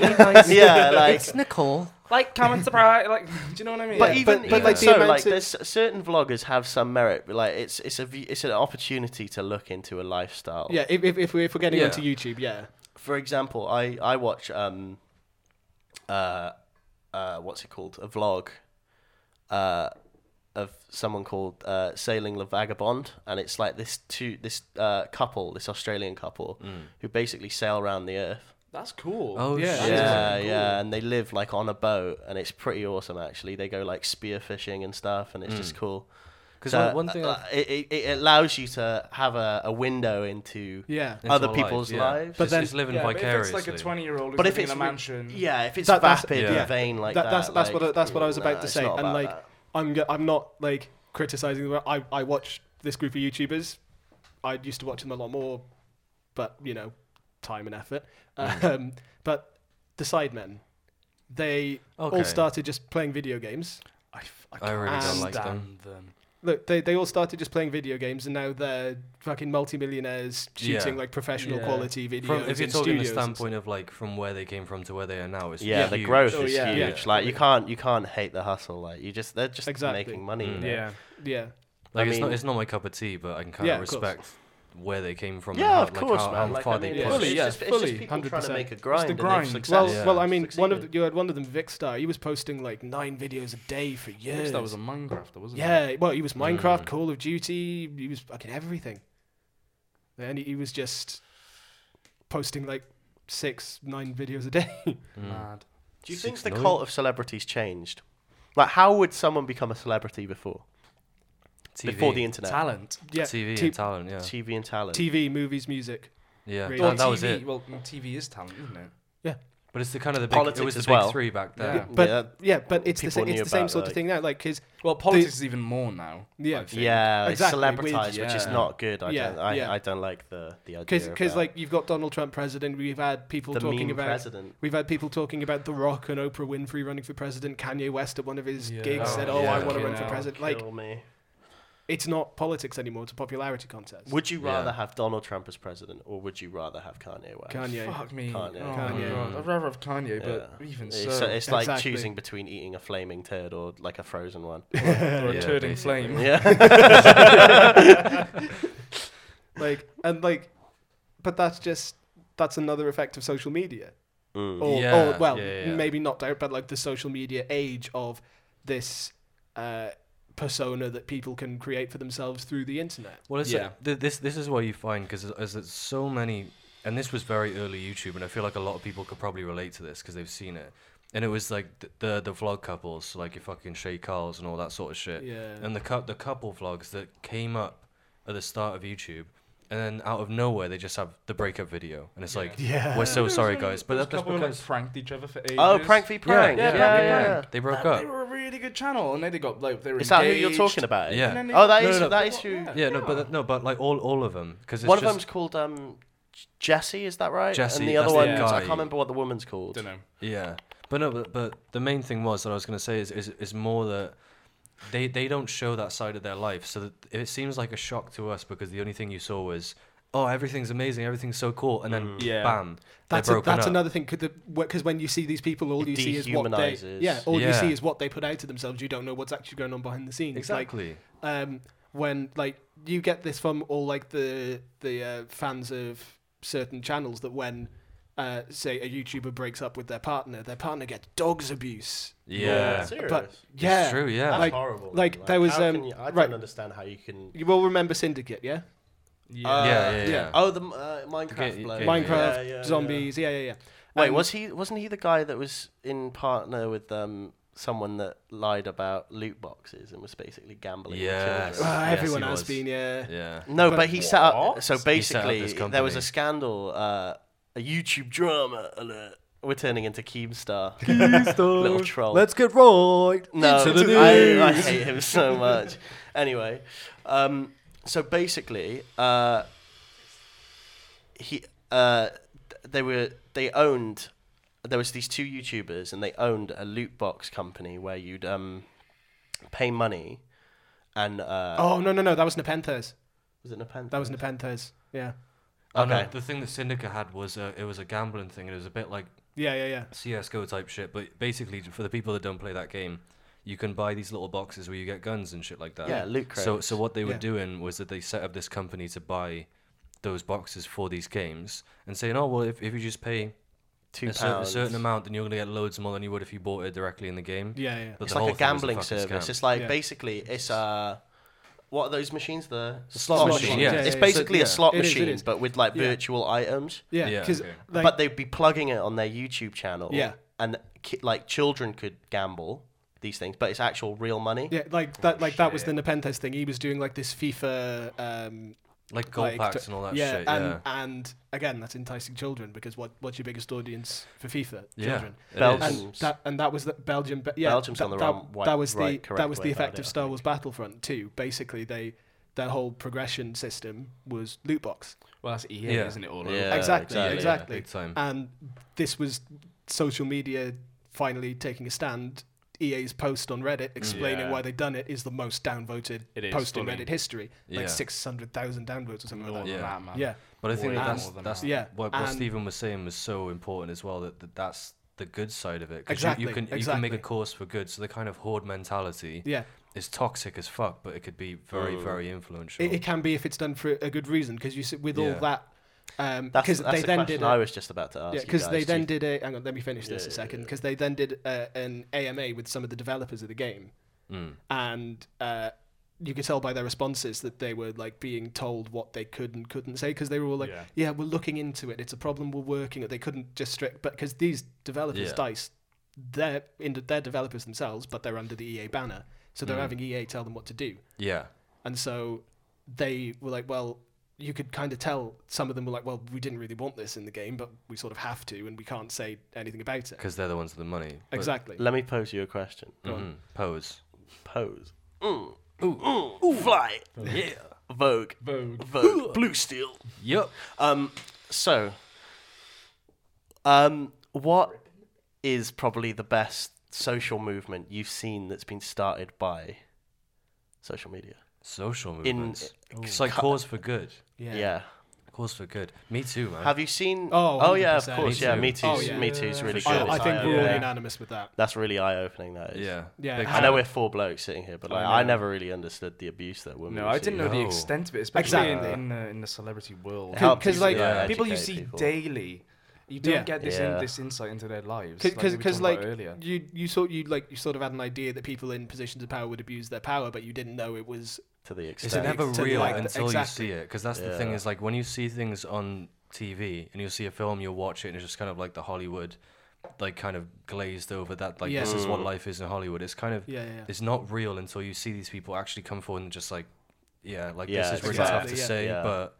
[SPEAKER 2] yeah, like.
[SPEAKER 1] Nicole.
[SPEAKER 4] like, comment, surprise. Like, do you know what I mean?
[SPEAKER 2] But
[SPEAKER 3] Yeah,
[SPEAKER 2] even,
[SPEAKER 3] but-
[SPEAKER 1] but,
[SPEAKER 2] even
[SPEAKER 1] like, the
[SPEAKER 2] so,
[SPEAKER 3] amount
[SPEAKER 2] like
[SPEAKER 3] of-
[SPEAKER 2] there's certain vloggers have some merit. But, like it's it's a v- it's an opportunity to look into a lifestyle.
[SPEAKER 3] yeah. If if if we're, if we're getting
[SPEAKER 1] Yeah.
[SPEAKER 3] onto YouTube, yeah,
[SPEAKER 2] for example, I I watch um, uh, uh, what's it called? A vlog, uh, of someone called uh, Sailing the Vagabond, and it's like this two this uh couple, this Australian couple, who basically sail around the earth.
[SPEAKER 4] That's cool.
[SPEAKER 1] Oh
[SPEAKER 3] Yeah.
[SPEAKER 1] shit.
[SPEAKER 2] yeah,
[SPEAKER 4] fucking
[SPEAKER 2] yeah,
[SPEAKER 4] cool.
[SPEAKER 2] and they live like on a boat, and it's pretty awesome actually. They go like spearfishing and stuff, and it's just cool.
[SPEAKER 1] Because
[SPEAKER 2] So,
[SPEAKER 1] one thing.
[SPEAKER 2] uh,
[SPEAKER 1] I've-
[SPEAKER 2] it, it it allows you to have a, a window into
[SPEAKER 3] yeah.
[SPEAKER 1] into
[SPEAKER 2] other
[SPEAKER 1] our
[SPEAKER 2] people's
[SPEAKER 1] yeah.
[SPEAKER 2] lives.
[SPEAKER 3] But
[SPEAKER 1] it's,
[SPEAKER 3] then-
[SPEAKER 1] it's living
[SPEAKER 4] Yeah, but if
[SPEAKER 1] vicariously.
[SPEAKER 4] it's like a twenty-year-old,
[SPEAKER 2] But
[SPEAKER 4] but
[SPEAKER 2] if
[SPEAKER 4] if in
[SPEAKER 2] it's
[SPEAKER 4] a
[SPEAKER 2] re-
[SPEAKER 4] mansion,
[SPEAKER 1] Mm.
[SPEAKER 2] Yeah, if it's
[SPEAKER 3] That- that's-
[SPEAKER 2] vapid,
[SPEAKER 1] yeah.
[SPEAKER 2] vain like
[SPEAKER 3] That-
[SPEAKER 2] that.
[SPEAKER 3] that's- that's what I-
[SPEAKER 2] like,
[SPEAKER 3] that's what I was
[SPEAKER 2] nah,
[SPEAKER 3] about to
[SPEAKER 2] it's
[SPEAKER 3] say,
[SPEAKER 2] not
[SPEAKER 3] and,
[SPEAKER 2] about
[SPEAKER 3] like,
[SPEAKER 2] that.
[SPEAKER 3] I'm go- I'm not like criticizing. the- I I watch this group of YouTubers. I used to watch them a lot more, but you know, time and effort.
[SPEAKER 1] Mm.
[SPEAKER 3] Um, but the Sidemen, they
[SPEAKER 1] Okay.
[SPEAKER 3] all started just playing video games.
[SPEAKER 4] I, f-
[SPEAKER 1] I really
[SPEAKER 3] don't
[SPEAKER 4] can't
[SPEAKER 1] like them.
[SPEAKER 4] stand them.
[SPEAKER 3] Look, they, they all started just playing video games, and now they're fucking multimillionaires shooting
[SPEAKER 1] Yeah.
[SPEAKER 3] like professional
[SPEAKER 4] Yeah.
[SPEAKER 3] quality videos.
[SPEAKER 1] From, if you're talking
[SPEAKER 3] in
[SPEAKER 1] the
[SPEAKER 3] studios and
[SPEAKER 1] standpoint of like from where they came from to where they are now, it's
[SPEAKER 2] yeah, the
[SPEAKER 1] huge.
[SPEAKER 2] growth
[SPEAKER 4] Oh,
[SPEAKER 2] is
[SPEAKER 4] yeah.
[SPEAKER 2] huge.
[SPEAKER 1] Yeah.
[SPEAKER 2] Like you can't you can't hate the hustle. Like you just they're just
[SPEAKER 3] Exactly.
[SPEAKER 2] making money.
[SPEAKER 1] Mm.
[SPEAKER 2] you know?
[SPEAKER 4] Yeah,
[SPEAKER 3] stuff. Yeah.
[SPEAKER 1] Like
[SPEAKER 2] I
[SPEAKER 1] it's not
[SPEAKER 2] mean-
[SPEAKER 1] it's not my cup of tea, but I can kind
[SPEAKER 3] Yeah,
[SPEAKER 1] of
[SPEAKER 3] of course.
[SPEAKER 1] respect where they came from. and
[SPEAKER 2] Yeah,
[SPEAKER 1] how,
[SPEAKER 2] of
[SPEAKER 1] like,
[SPEAKER 2] course,
[SPEAKER 1] how,
[SPEAKER 2] man.
[SPEAKER 1] How
[SPEAKER 2] Like,
[SPEAKER 1] far
[SPEAKER 2] I
[SPEAKER 1] they
[SPEAKER 2] mean,
[SPEAKER 3] yeah.
[SPEAKER 1] pushed.
[SPEAKER 2] it's,
[SPEAKER 4] Fully,
[SPEAKER 2] just,
[SPEAKER 4] yeah,
[SPEAKER 2] it's just
[SPEAKER 4] fully,
[SPEAKER 2] people trying to
[SPEAKER 3] 100%.
[SPEAKER 2] make a grind.
[SPEAKER 4] the
[SPEAKER 2] and
[SPEAKER 4] grind.
[SPEAKER 2] they've
[SPEAKER 3] Well,
[SPEAKER 2] succeeded.
[SPEAKER 3] well, I mean, one of the,
[SPEAKER 2] Succeeded.
[SPEAKER 3] you had one of them, Vicstar. He was posting like nine videos a day for
[SPEAKER 4] At
[SPEAKER 3] years.
[SPEAKER 4] least that was a Minecraft, wasn't it?
[SPEAKER 3] yeah. Well, he was Minecraft,
[SPEAKER 1] Mm.
[SPEAKER 3] Call of Duty. He was fucking everything. And he, he was just posting like six, nine videos a day.
[SPEAKER 1] Mm.
[SPEAKER 4] mad.
[SPEAKER 2] Do you think
[SPEAKER 1] Six
[SPEAKER 2] the
[SPEAKER 1] million?
[SPEAKER 2] cult of celebrities changed? Like, how would someone become a celebrity before?
[SPEAKER 1] TV.
[SPEAKER 2] before the internet.
[SPEAKER 4] Talent.
[SPEAKER 3] Yeah,
[SPEAKER 1] TV
[SPEAKER 3] T-
[SPEAKER 1] and talent, yeah.
[SPEAKER 2] TV and talent.
[SPEAKER 3] TV, movies, music.
[SPEAKER 1] yeah,
[SPEAKER 3] Or
[SPEAKER 1] that,
[SPEAKER 3] Well,
[SPEAKER 4] Or
[SPEAKER 1] that was
[SPEAKER 4] TV
[SPEAKER 1] it.
[SPEAKER 4] Well, TV is talent, isn't it?
[SPEAKER 1] But it's the kind of the big,
[SPEAKER 2] Politics
[SPEAKER 1] it was the
[SPEAKER 2] as
[SPEAKER 1] big
[SPEAKER 2] well.
[SPEAKER 1] three back
[SPEAKER 4] Yeah.
[SPEAKER 1] there.
[SPEAKER 4] Yeah.
[SPEAKER 3] But
[SPEAKER 2] Yeah.
[SPEAKER 3] yeah, but it's the,
[SPEAKER 2] People
[SPEAKER 3] sa- it's
[SPEAKER 2] knew
[SPEAKER 3] the same
[SPEAKER 2] about,
[SPEAKER 3] sort
[SPEAKER 2] like-
[SPEAKER 3] of thing now. Like, cause
[SPEAKER 4] Well, politics is even more now.
[SPEAKER 3] Yeah.
[SPEAKER 4] I think.
[SPEAKER 2] yeah,
[SPEAKER 3] Exactly,
[SPEAKER 2] it's
[SPEAKER 3] with-
[SPEAKER 2] celebritized, which is
[SPEAKER 4] yeah.
[SPEAKER 2] not good. I
[SPEAKER 3] Yeah,
[SPEAKER 2] don't. I,
[SPEAKER 3] yeah.
[SPEAKER 2] I don't like the the idea.
[SPEAKER 3] cause, cause
[SPEAKER 2] about
[SPEAKER 3] like you've got Donald Trump president. We've had people
[SPEAKER 2] the
[SPEAKER 3] talking
[SPEAKER 2] meme
[SPEAKER 3] about.
[SPEAKER 2] president.
[SPEAKER 3] We've had people talking about The Rock and Oprah Winfrey running for president. Kanye West at one of his
[SPEAKER 4] Yeah.
[SPEAKER 3] gigs said,
[SPEAKER 1] Oh,
[SPEAKER 3] "Oh, I
[SPEAKER 1] yeah.
[SPEAKER 3] want to run for
[SPEAKER 4] Fucking
[SPEAKER 3] president." Like,
[SPEAKER 2] Kill me.
[SPEAKER 3] it's not politics anymore; it's a popularity contest.
[SPEAKER 2] Would you
[SPEAKER 1] Yeah.
[SPEAKER 2] rather have Donald Trump as president, or would you rather have Kanye West?
[SPEAKER 3] Kanye?
[SPEAKER 4] Fuck me.
[SPEAKER 2] Kanye.
[SPEAKER 4] Oh
[SPEAKER 3] Kanye.
[SPEAKER 4] my
[SPEAKER 1] Mm.
[SPEAKER 4] god. I'd rather have Kanye, but
[SPEAKER 2] Yeah.
[SPEAKER 4] even
[SPEAKER 2] It's,
[SPEAKER 4] so,
[SPEAKER 2] so- it's like
[SPEAKER 3] Exactly.
[SPEAKER 2] choosing between eating a flaming turd or like a frozen one.
[SPEAKER 4] or a
[SPEAKER 1] Yeah,
[SPEAKER 4] turd in
[SPEAKER 1] basically.
[SPEAKER 4] flame.
[SPEAKER 2] yeah.
[SPEAKER 3] like, and like, but that's just that's another effect of social media.
[SPEAKER 2] Mm.
[SPEAKER 3] or,
[SPEAKER 1] Yeah,
[SPEAKER 3] or well,
[SPEAKER 1] yeah, yeah.
[SPEAKER 3] maybe not direct, but like the social media age of this uh, persona that people can create for themselves through the internet.
[SPEAKER 1] Well, it's
[SPEAKER 4] Yeah.
[SPEAKER 1] th- this this is what you find because as there's so many, and this was very early YouTube, and I feel like a lot of people could probably relate to this because they've seen it. And it was like th- the the vlog couples, so like your fucking Shay Carls and all that sort of shit,
[SPEAKER 3] Yeah.
[SPEAKER 1] and the cou- the couple vlogs that came up at the start of YouTube, and then out of nowhere they just have the breakup video, and it's
[SPEAKER 4] Yeah.
[SPEAKER 1] like
[SPEAKER 3] yeah.
[SPEAKER 1] we're so sorry guys, but
[SPEAKER 4] Those
[SPEAKER 1] that, that's
[SPEAKER 4] couple,
[SPEAKER 1] because
[SPEAKER 4] like, pranked each other for ages.
[SPEAKER 2] Oh, prank v prank.
[SPEAKER 1] yeah,
[SPEAKER 4] yeah,
[SPEAKER 1] yeah,
[SPEAKER 4] yeah,
[SPEAKER 1] yeah.
[SPEAKER 4] yeah.
[SPEAKER 1] they broke
[SPEAKER 4] They
[SPEAKER 1] up.
[SPEAKER 4] were a really good channel, and then they got like they were.
[SPEAKER 2] Is that who you're
[SPEAKER 4] engaged,
[SPEAKER 2] talking about?
[SPEAKER 1] Yeah.
[SPEAKER 4] and then they-
[SPEAKER 2] Oh, that
[SPEAKER 1] No,
[SPEAKER 2] is
[SPEAKER 1] no,
[SPEAKER 2] that
[SPEAKER 4] but
[SPEAKER 2] is
[SPEAKER 4] what-
[SPEAKER 2] who.
[SPEAKER 4] yeah.
[SPEAKER 1] Yeah, no, but th- no, but like all all of them because
[SPEAKER 2] One of
[SPEAKER 1] just,
[SPEAKER 2] them's called um, J- Jesse. Is that right?
[SPEAKER 1] Jessie,
[SPEAKER 2] And the
[SPEAKER 1] that's
[SPEAKER 2] other
[SPEAKER 4] the
[SPEAKER 2] one,
[SPEAKER 4] guy.
[SPEAKER 2] I can't remember what the woman's called.
[SPEAKER 4] Don't know.
[SPEAKER 1] Yeah, but no, but, but the main thing was that I was gonna say is is, is more that they they don't show that side of their life, so that it seems like a shock to us because the only thing you saw was oh everything's amazing, everything's so cool, and then
[SPEAKER 4] Yeah.
[SPEAKER 1] bam, they're
[SPEAKER 3] That's, a,
[SPEAKER 1] broken
[SPEAKER 3] that's
[SPEAKER 1] up.
[SPEAKER 3] another thing, because when you see these people, all
[SPEAKER 2] It
[SPEAKER 3] you see is what they,
[SPEAKER 2] dehumanises.
[SPEAKER 3] yeah, all you
[SPEAKER 1] Yeah.
[SPEAKER 3] see is what they put out to themselves. You don't know what's actually going on behind the scenes. Like,
[SPEAKER 1] exactly.
[SPEAKER 3] um, when like you get this from all like the the uh, fans of certain channels that when uh, say a YouTuber breaks up with their partner, their partner gets dogs abuse.
[SPEAKER 1] yeah,
[SPEAKER 2] Serious?
[SPEAKER 3] But
[SPEAKER 1] It's
[SPEAKER 3] yeah,
[SPEAKER 1] true. Yeah,
[SPEAKER 2] That's
[SPEAKER 3] Like-
[SPEAKER 2] horrible.
[SPEAKER 3] like, there was,
[SPEAKER 2] how
[SPEAKER 3] um,
[SPEAKER 2] can you- I
[SPEAKER 3] right.
[SPEAKER 2] don't understand how you can.
[SPEAKER 3] You will remember Syndicate, yeah?
[SPEAKER 4] Yeah.
[SPEAKER 2] Uh,
[SPEAKER 1] yeah, yeah, yeah.
[SPEAKER 3] yeah.
[SPEAKER 2] Oh, the uh, Minecraft
[SPEAKER 1] Ga-
[SPEAKER 2] bloke.
[SPEAKER 1] ga-
[SPEAKER 3] Minecraft,
[SPEAKER 2] Yeah, yeah,
[SPEAKER 3] zombies, yeah, yeah, yeah.
[SPEAKER 2] Yeah. Wait,
[SPEAKER 3] Um,
[SPEAKER 2] was he? Wasn't he the guy that was in partner with um someone that lied about loot boxes and was basically gambling? with
[SPEAKER 1] Yes.
[SPEAKER 2] children? Uh,
[SPEAKER 1] Yes,
[SPEAKER 3] Well, uh, everyone
[SPEAKER 1] he
[SPEAKER 3] has
[SPEAKER 1] was.
[SPEAKER 3] been, yeah.
[SPEAKER 1] yeah.
[SPEAKER 2] No,
[SPEAKER 3] But-
[SPEAKER 2] but, he set up.
[SPEAKER 4] What?
[SPEAKER 2] So
[SPEAKER 1] He set up
[SPEAKER 2] basically,
[SPEAKER 1] this
[SPEAKER 2] there was
[SPEAKER 1] company.
[SPEAKER 2] a scandal. Uh, a YouTube drama alert. We're turning into Keemstar. Little troll.
[SPEAKER 1] get right
[SPEAKER 2] No, I, I hate him so much. anyway, um, so basically, uh, he uh, th- they were they owned there was these two YouTubers and they owned a loot box company where you'd um, pay money and uh,
[SPEAKER 3] Oh, no, no, no, that was Nepenthes.
[SPEAKER 2] was it Nepenthes?
[SPEAKER 3] That was Nepenthes, yeah.
[SPEAKER 1] Oh no,
[SPEAKER 2] Okay.
[SPEAKER 1] the thing that Syndicate had was uh, it was a gambling thing, and it was a bit like
[SPEAKER 3] Yeah, yeah, yeah.
[SPEAKER 1] CS:GO type shit. But basically, for the people that don't play that game, you can buy these little boxes where you get guns and shit like that.
[SPEAKER 2] yeah, loot crates.
[SPEAKER 1] So, so what they were
[SPEAKER 3] Yeah.
[SPEAKER 1] doing was that they set up this company to buy those boxes for these games and saying, oh, well, if, if you just pay
[SPEAKER 2] two
[SPEAKER 1] a,
[SPEAKER 2] pounds.
[SPEAKER 1] cer- a certain amount, then you're going to get loads more than you would if you bought it directly in the game.
[SPEAKER 3] Yeah, yeah.
[SPEAKER 1] But
[SPEAKER 2] it's
[SPEAKER 1] the
[SPEAKER 2] like
[SPEAKER 1] whole thing
[SPEAKER 2] a
[SPEAKER 1] was
[SPEAKER 2] gambling
[SPEAKER 1] fucking
[SPEAKER 2] service.
[SPEAKER 1] scam.
[SPEAKER 2] It's like
[SPEAKER 3] Yeah.
[SPEAKER 2] basically it's uh, what are those machines? The
[SPEAKER 1] slot machine,
[SPEAKER 2] machines.
[SPEAKER 1] yeah. Yeah,
[SPEAKER 2] It's
[SPEAKER 3] yeah, yeah.
[SPEAKER 2] basically
[SPEAKER 1] Yeah.
[SPEAKER 2] a slot
[SPEAKER 3] It is, it
[SPEAKER 2] machine,
[SPEAKER 3] is.
[SPEAKER 2] but with like
[SPEAKER 3] Yeah.
[SPEAKER 2] virtual items.
[SPEAKER 3] Yeah,
[SPEAKER 1] Yeah,
[SPEAKER 3] because
[SPEAKER 4] okay.
[SPEAKER 3] like,
[SPEAKER 2] but they'd be plugging it on their YouTube channel.
[SPEAKER 3] Yeah.
[SPEAKER 2] And ki- like children could gamble these things, but it's actual real money.
[SPEAKER 3] yeah, like that, like that was the
[SPEAKER 4] shit.
[SPEAKER 3] Nepenthes thing. He was doing like this FIFA, um,
[SPEAKER 1] Like gold
[SPEAKER 3] like,
[SPEAKER 1] packs
[SPEAKER 3] tw-
[SPEAKER 1] and all that
[SPEAKER 3] yeah,
[SPEAKER 1] shit.
[SPEAKER 3] and
[SPEAKER 1] yeah.
[SPEAKER 3] and again, that's enticing children because what what's your biggest audience for FIFA?
[SPEAKER 1] Yeah.
[SPEAKER 3] Children.
[SPEAKER 1] It
[SPEAKER 2] Belgium.
[SPEAKER 1] is.
[SPEAKER 3] and that and that was the Belgium. Be- yeah,
[SPEAKER 2] Belgium's
[SPEAKER 3] that,
[SPEAKER 2] on the
[SPEAKER 3] that,
[SPEAKER 2] wrong way-
[SPEAKER 3] that was the
[SPEAKER 2] right, correct
[SPEAKER 3] that was
[SPEAKER 2] way
[SPEAKER 3] the
[SPEAKER 2] about
[SPEAKER 3] effect
[SPEAKER 2] it,
[SPEAKER 3] of
[SPEAKER 2] I
[SPEAKER 3] Star
[SPEAKER 2] think.
[SPEAKER 3] Wars Battlefront too. Basically, they their whole progression system was loot box,
[SPEAKER 4] Well, that's EA,
[SPEAKER 1] Yeah.
[SPEAKER 4] isn't it? All over.
[SPEAKER 2] Yeah,
[SPEAKER 3] Exactly,
[SPEAKER 1] Yeah, yeah,
[SPEAKER 3] exactly.
[SPEAKER 1] big time.
[SPEAKER 3] and this was social media finally taking a stand. EA's post on
[SPEAKER 1] Hmm.
[SPEAKER 3] Reddit explaining
[SPEAKER 4] Yeah.
[SPEAKER 3] why they've done it is the most downvoted
[SPEAKER 4] It is
[SPEAKER 3] post in
[SPEAKER 4] funny.
[SPEAKER 3] Reddit history, like
[SPEAKER 1] Yeah.
[SPEAKER 3] six hundred thousand downvotes or something
[SPEAKER 4] More
[SPEAKER 3] like that.
[SPEAKER 1] Yeah.
[SPEAKER 4] than that, man.
[SPEAKER 3] Yeah,
[SPEAKER 1] But I think
[SPEAKER 4] Way
[SPEAKER 1] that
[SPEAKER 3] more
[SPEAKER 1] that's,
[SPEAKER 4] than
[SPEAKER 1] that's
[SPEAKER 4] that.
[SPEAKER 3] Yeah,
[SPEAKER 1] what, what
[SPEAKER 3] and-
[SPEAKER 1] Stephen was saying was so important as well that, that that's the good side of it. 'Cause You,
[SPEAKER 3] Exactly,
[SPEAKER 1] you, can, you can make
[SPEAKER 3] exactly.
[SPEAKER 1] a course for good. So the kind of horde mentality
[SPEAKER 3] yeah.
[SPEAKER 1] is toxic as fuck, but it could be very,
[SPEAKER 2] Mm.
[SPEAKER 1] very influential.
[SPEAKER 3] It, it can be if it's done for a good reason because you s- with all
[SPEAKER 1] Yeah.
[SPEAKER 3] that. Um,
[SPEAKER 2] That's,
[SPEAKER 3] because
[SPEAKER 2] that's
[SPEAKER 3] they
[SPEAKER 2] the
[SPEAKER 3] then
[SPEAKER 2] question
[SPEAKER 3] did a-
[SPEAKER 2] I was just about to ask.
[SPEAKER 3] Yeah,
[SPEAKER 2] you
[SPEAKER 3] because they
[SPEAKER 2] guys.
[SPEAKER 3] then
[SPEAKER 2] Do you-
[SPEAKER 3] did a. Hang on, let me finish this
[SPEAKER 2] Yeah,
[SPEAKER 3] a
[SPEAKER 2] yeah,
[SPEAKER 3] second.
[SPEAKER 2] yeah.
[SPEAKER 3] Because they then did uh, an AMA with some of the developers of the game,
[SPEAKER 1] Mm.
[SPEAKER 3] and uh, you could tell by their responses that they were like being told what they could and couldn't say because they were all like,
[SPEAKER 4] Yeah.
[SPEAKER 3] "Yeah, we're looking into it. It's a problem. We're working it." They couldn't just strict, but because these developers,
[SPEAKER 1] Yeah.
[SPEAKER 3] Dice, they're into they're E developers themselves, but they're under the EA E banner, so they're
[SPEAKER 1] Mm.
[SPEAKER 3] having EA tell them what to do.
[SPEAKER 1] Yeah.
[SPEAKER 3] And so they were like, well, you could kind of tell some of them were like, well, we didn't really want this in the game, but we sort of have to, and we can't say anything about it.
[SPEAKER 1] because they're the ones with the money. But-
[SPEAKER 3] Exactly.
[SPEAKER 2] Let me pose you a question.
[SPEAKER 3] Go on.
[SPEAKER 1] Mhm, Pose.
[SPEAKER 2] Pose. Mm. Ooh. Mm. Ooh. Fly.
[SPEAKER 1] Yeah.
[SPEAKER 2] Vogue.
[SPEAKER 4] Vogue.
[SPEAKER 2] Vogue. Blue steel.
[SPEAKER 1] Yep.
[SPEAKER 2] Um. So. Um. What is probably the best social movement you've seen that's been started by social media?
[SPEAKER 1] Social
[SPEAKER 2] In-
[SPEAKER 1] movements. it's like cause for good.
[SPEAKER 2] Yeah.
[SPEAKER 1] Cause for good. Me too, man.
[SPEAKER 2] Have you seen?
[SPEAKER 3] Oh,
[SPEAKER 2] yeah, of
[SPEAKER 3] 100%.
[SPEAKER 2] course.
[SPEAKER 1] Me
[SPEAKER 2] yeah,
[SPEAKER 1] too.
[SPEAKER 2] me too.
[SPEAKER 3] Oh, yeah.
[SPEAKER 2] Me too's
[SPEAKER 4] Yeah,
[SPEAKER 2] really
[SPEAKER 4] for
[SPEAKER 2] good.
[SPEAKER 4] sure.
[SPEAKER 3] I, I think we're all
[SPEAKER 2] Yeah.
[SPEAKER 3] unanimous with that.
[SPEAKER 2] That's really eye opening. That is.
[SPEAKER 1] yeah.
[SPEAKER 3] Yeah.
[SPEAKER 1] Big
[SPEAKER 3] I
[SPEAKER 2] I
[SPEAKER 1] time.
[SPEAKER 2] know we're four blokes sitting here, but like, I,
[SPEAKER 4] know.
[SPEAKER 2] never really understood the abuse that women.
[SPEAKER 4] No, I didn't know the
[SPEAKER 1] No.
[SPEAKER 4] extent of it, especially
[SPEAKER 3] Exactly.
[SPEAKER 4] in, in, the, in the celebrity world.
[SPEAKER 3] Help
[SPEAKER 4] Because
[SPEAKER 3] people,
[SPEAKER 4] like
[SPEAKER 1] yeah,
[SPEAKER 4] people you
[SPEAKER 2] uh, educate
[SPEAKER 4] see
[SPEAKER 2] people.
[SPEAKER 4] daily, you don't
[SPEAKER 3] Yeah.
[SPEAKER 4] get this
[SPEAKER 2] Yeah.
[SPEAKER 4] in, this insight into their lives. like we
[SPEAKER 3] because
[SPEAKER 4] were
[SPEAKER 3] because
[SPEAKER 4] talking
[SPEAKER 3] like,
[SPEAKER 4] about earlier.
[SPEAKER 3] you you sort you like you sort of had an idea that people in positions of power would abuse their power, but you didn't know it was
[SPEAKER 2] to the
[SPEAKER 1] It's
[SPEAKER 2] extent.
[SPEAKER 1] never
[SPEAKER 3] to
[SPEAKER 1] real
[SPEAKER 3] like the-
[SPEAKER 1] until
[SPEAKER 3] exactly.
[SPEAKER 1] you see it. Because that's the thing
[SPEAKER 2] Yeah.
[SPEAKER 1] is like when you see things on TV and you see a film, you'll watch it and it's just kind of like the Hollywood, like kind of glazed over that. Like this is what
[SPEAKER 2] Mm.
[SPEAKER 1] life is in Hollywood. It's kind of
[SPEAKER 3] yeah yeah, yeah.
[SPEAKER 1] it's not real until you see these people actually come forward and just like, yeah, like
[SPEAKER 2] Yeah,
[SPEAKER 1] this is really tough
[SPEAKER 3] exactly,
[SPEAKER 1] to
[SPEAKER 3] yeah.
[SPEAKER 1] say,
[SPEAKER 2] Yeah.
[SPEAKER 1] but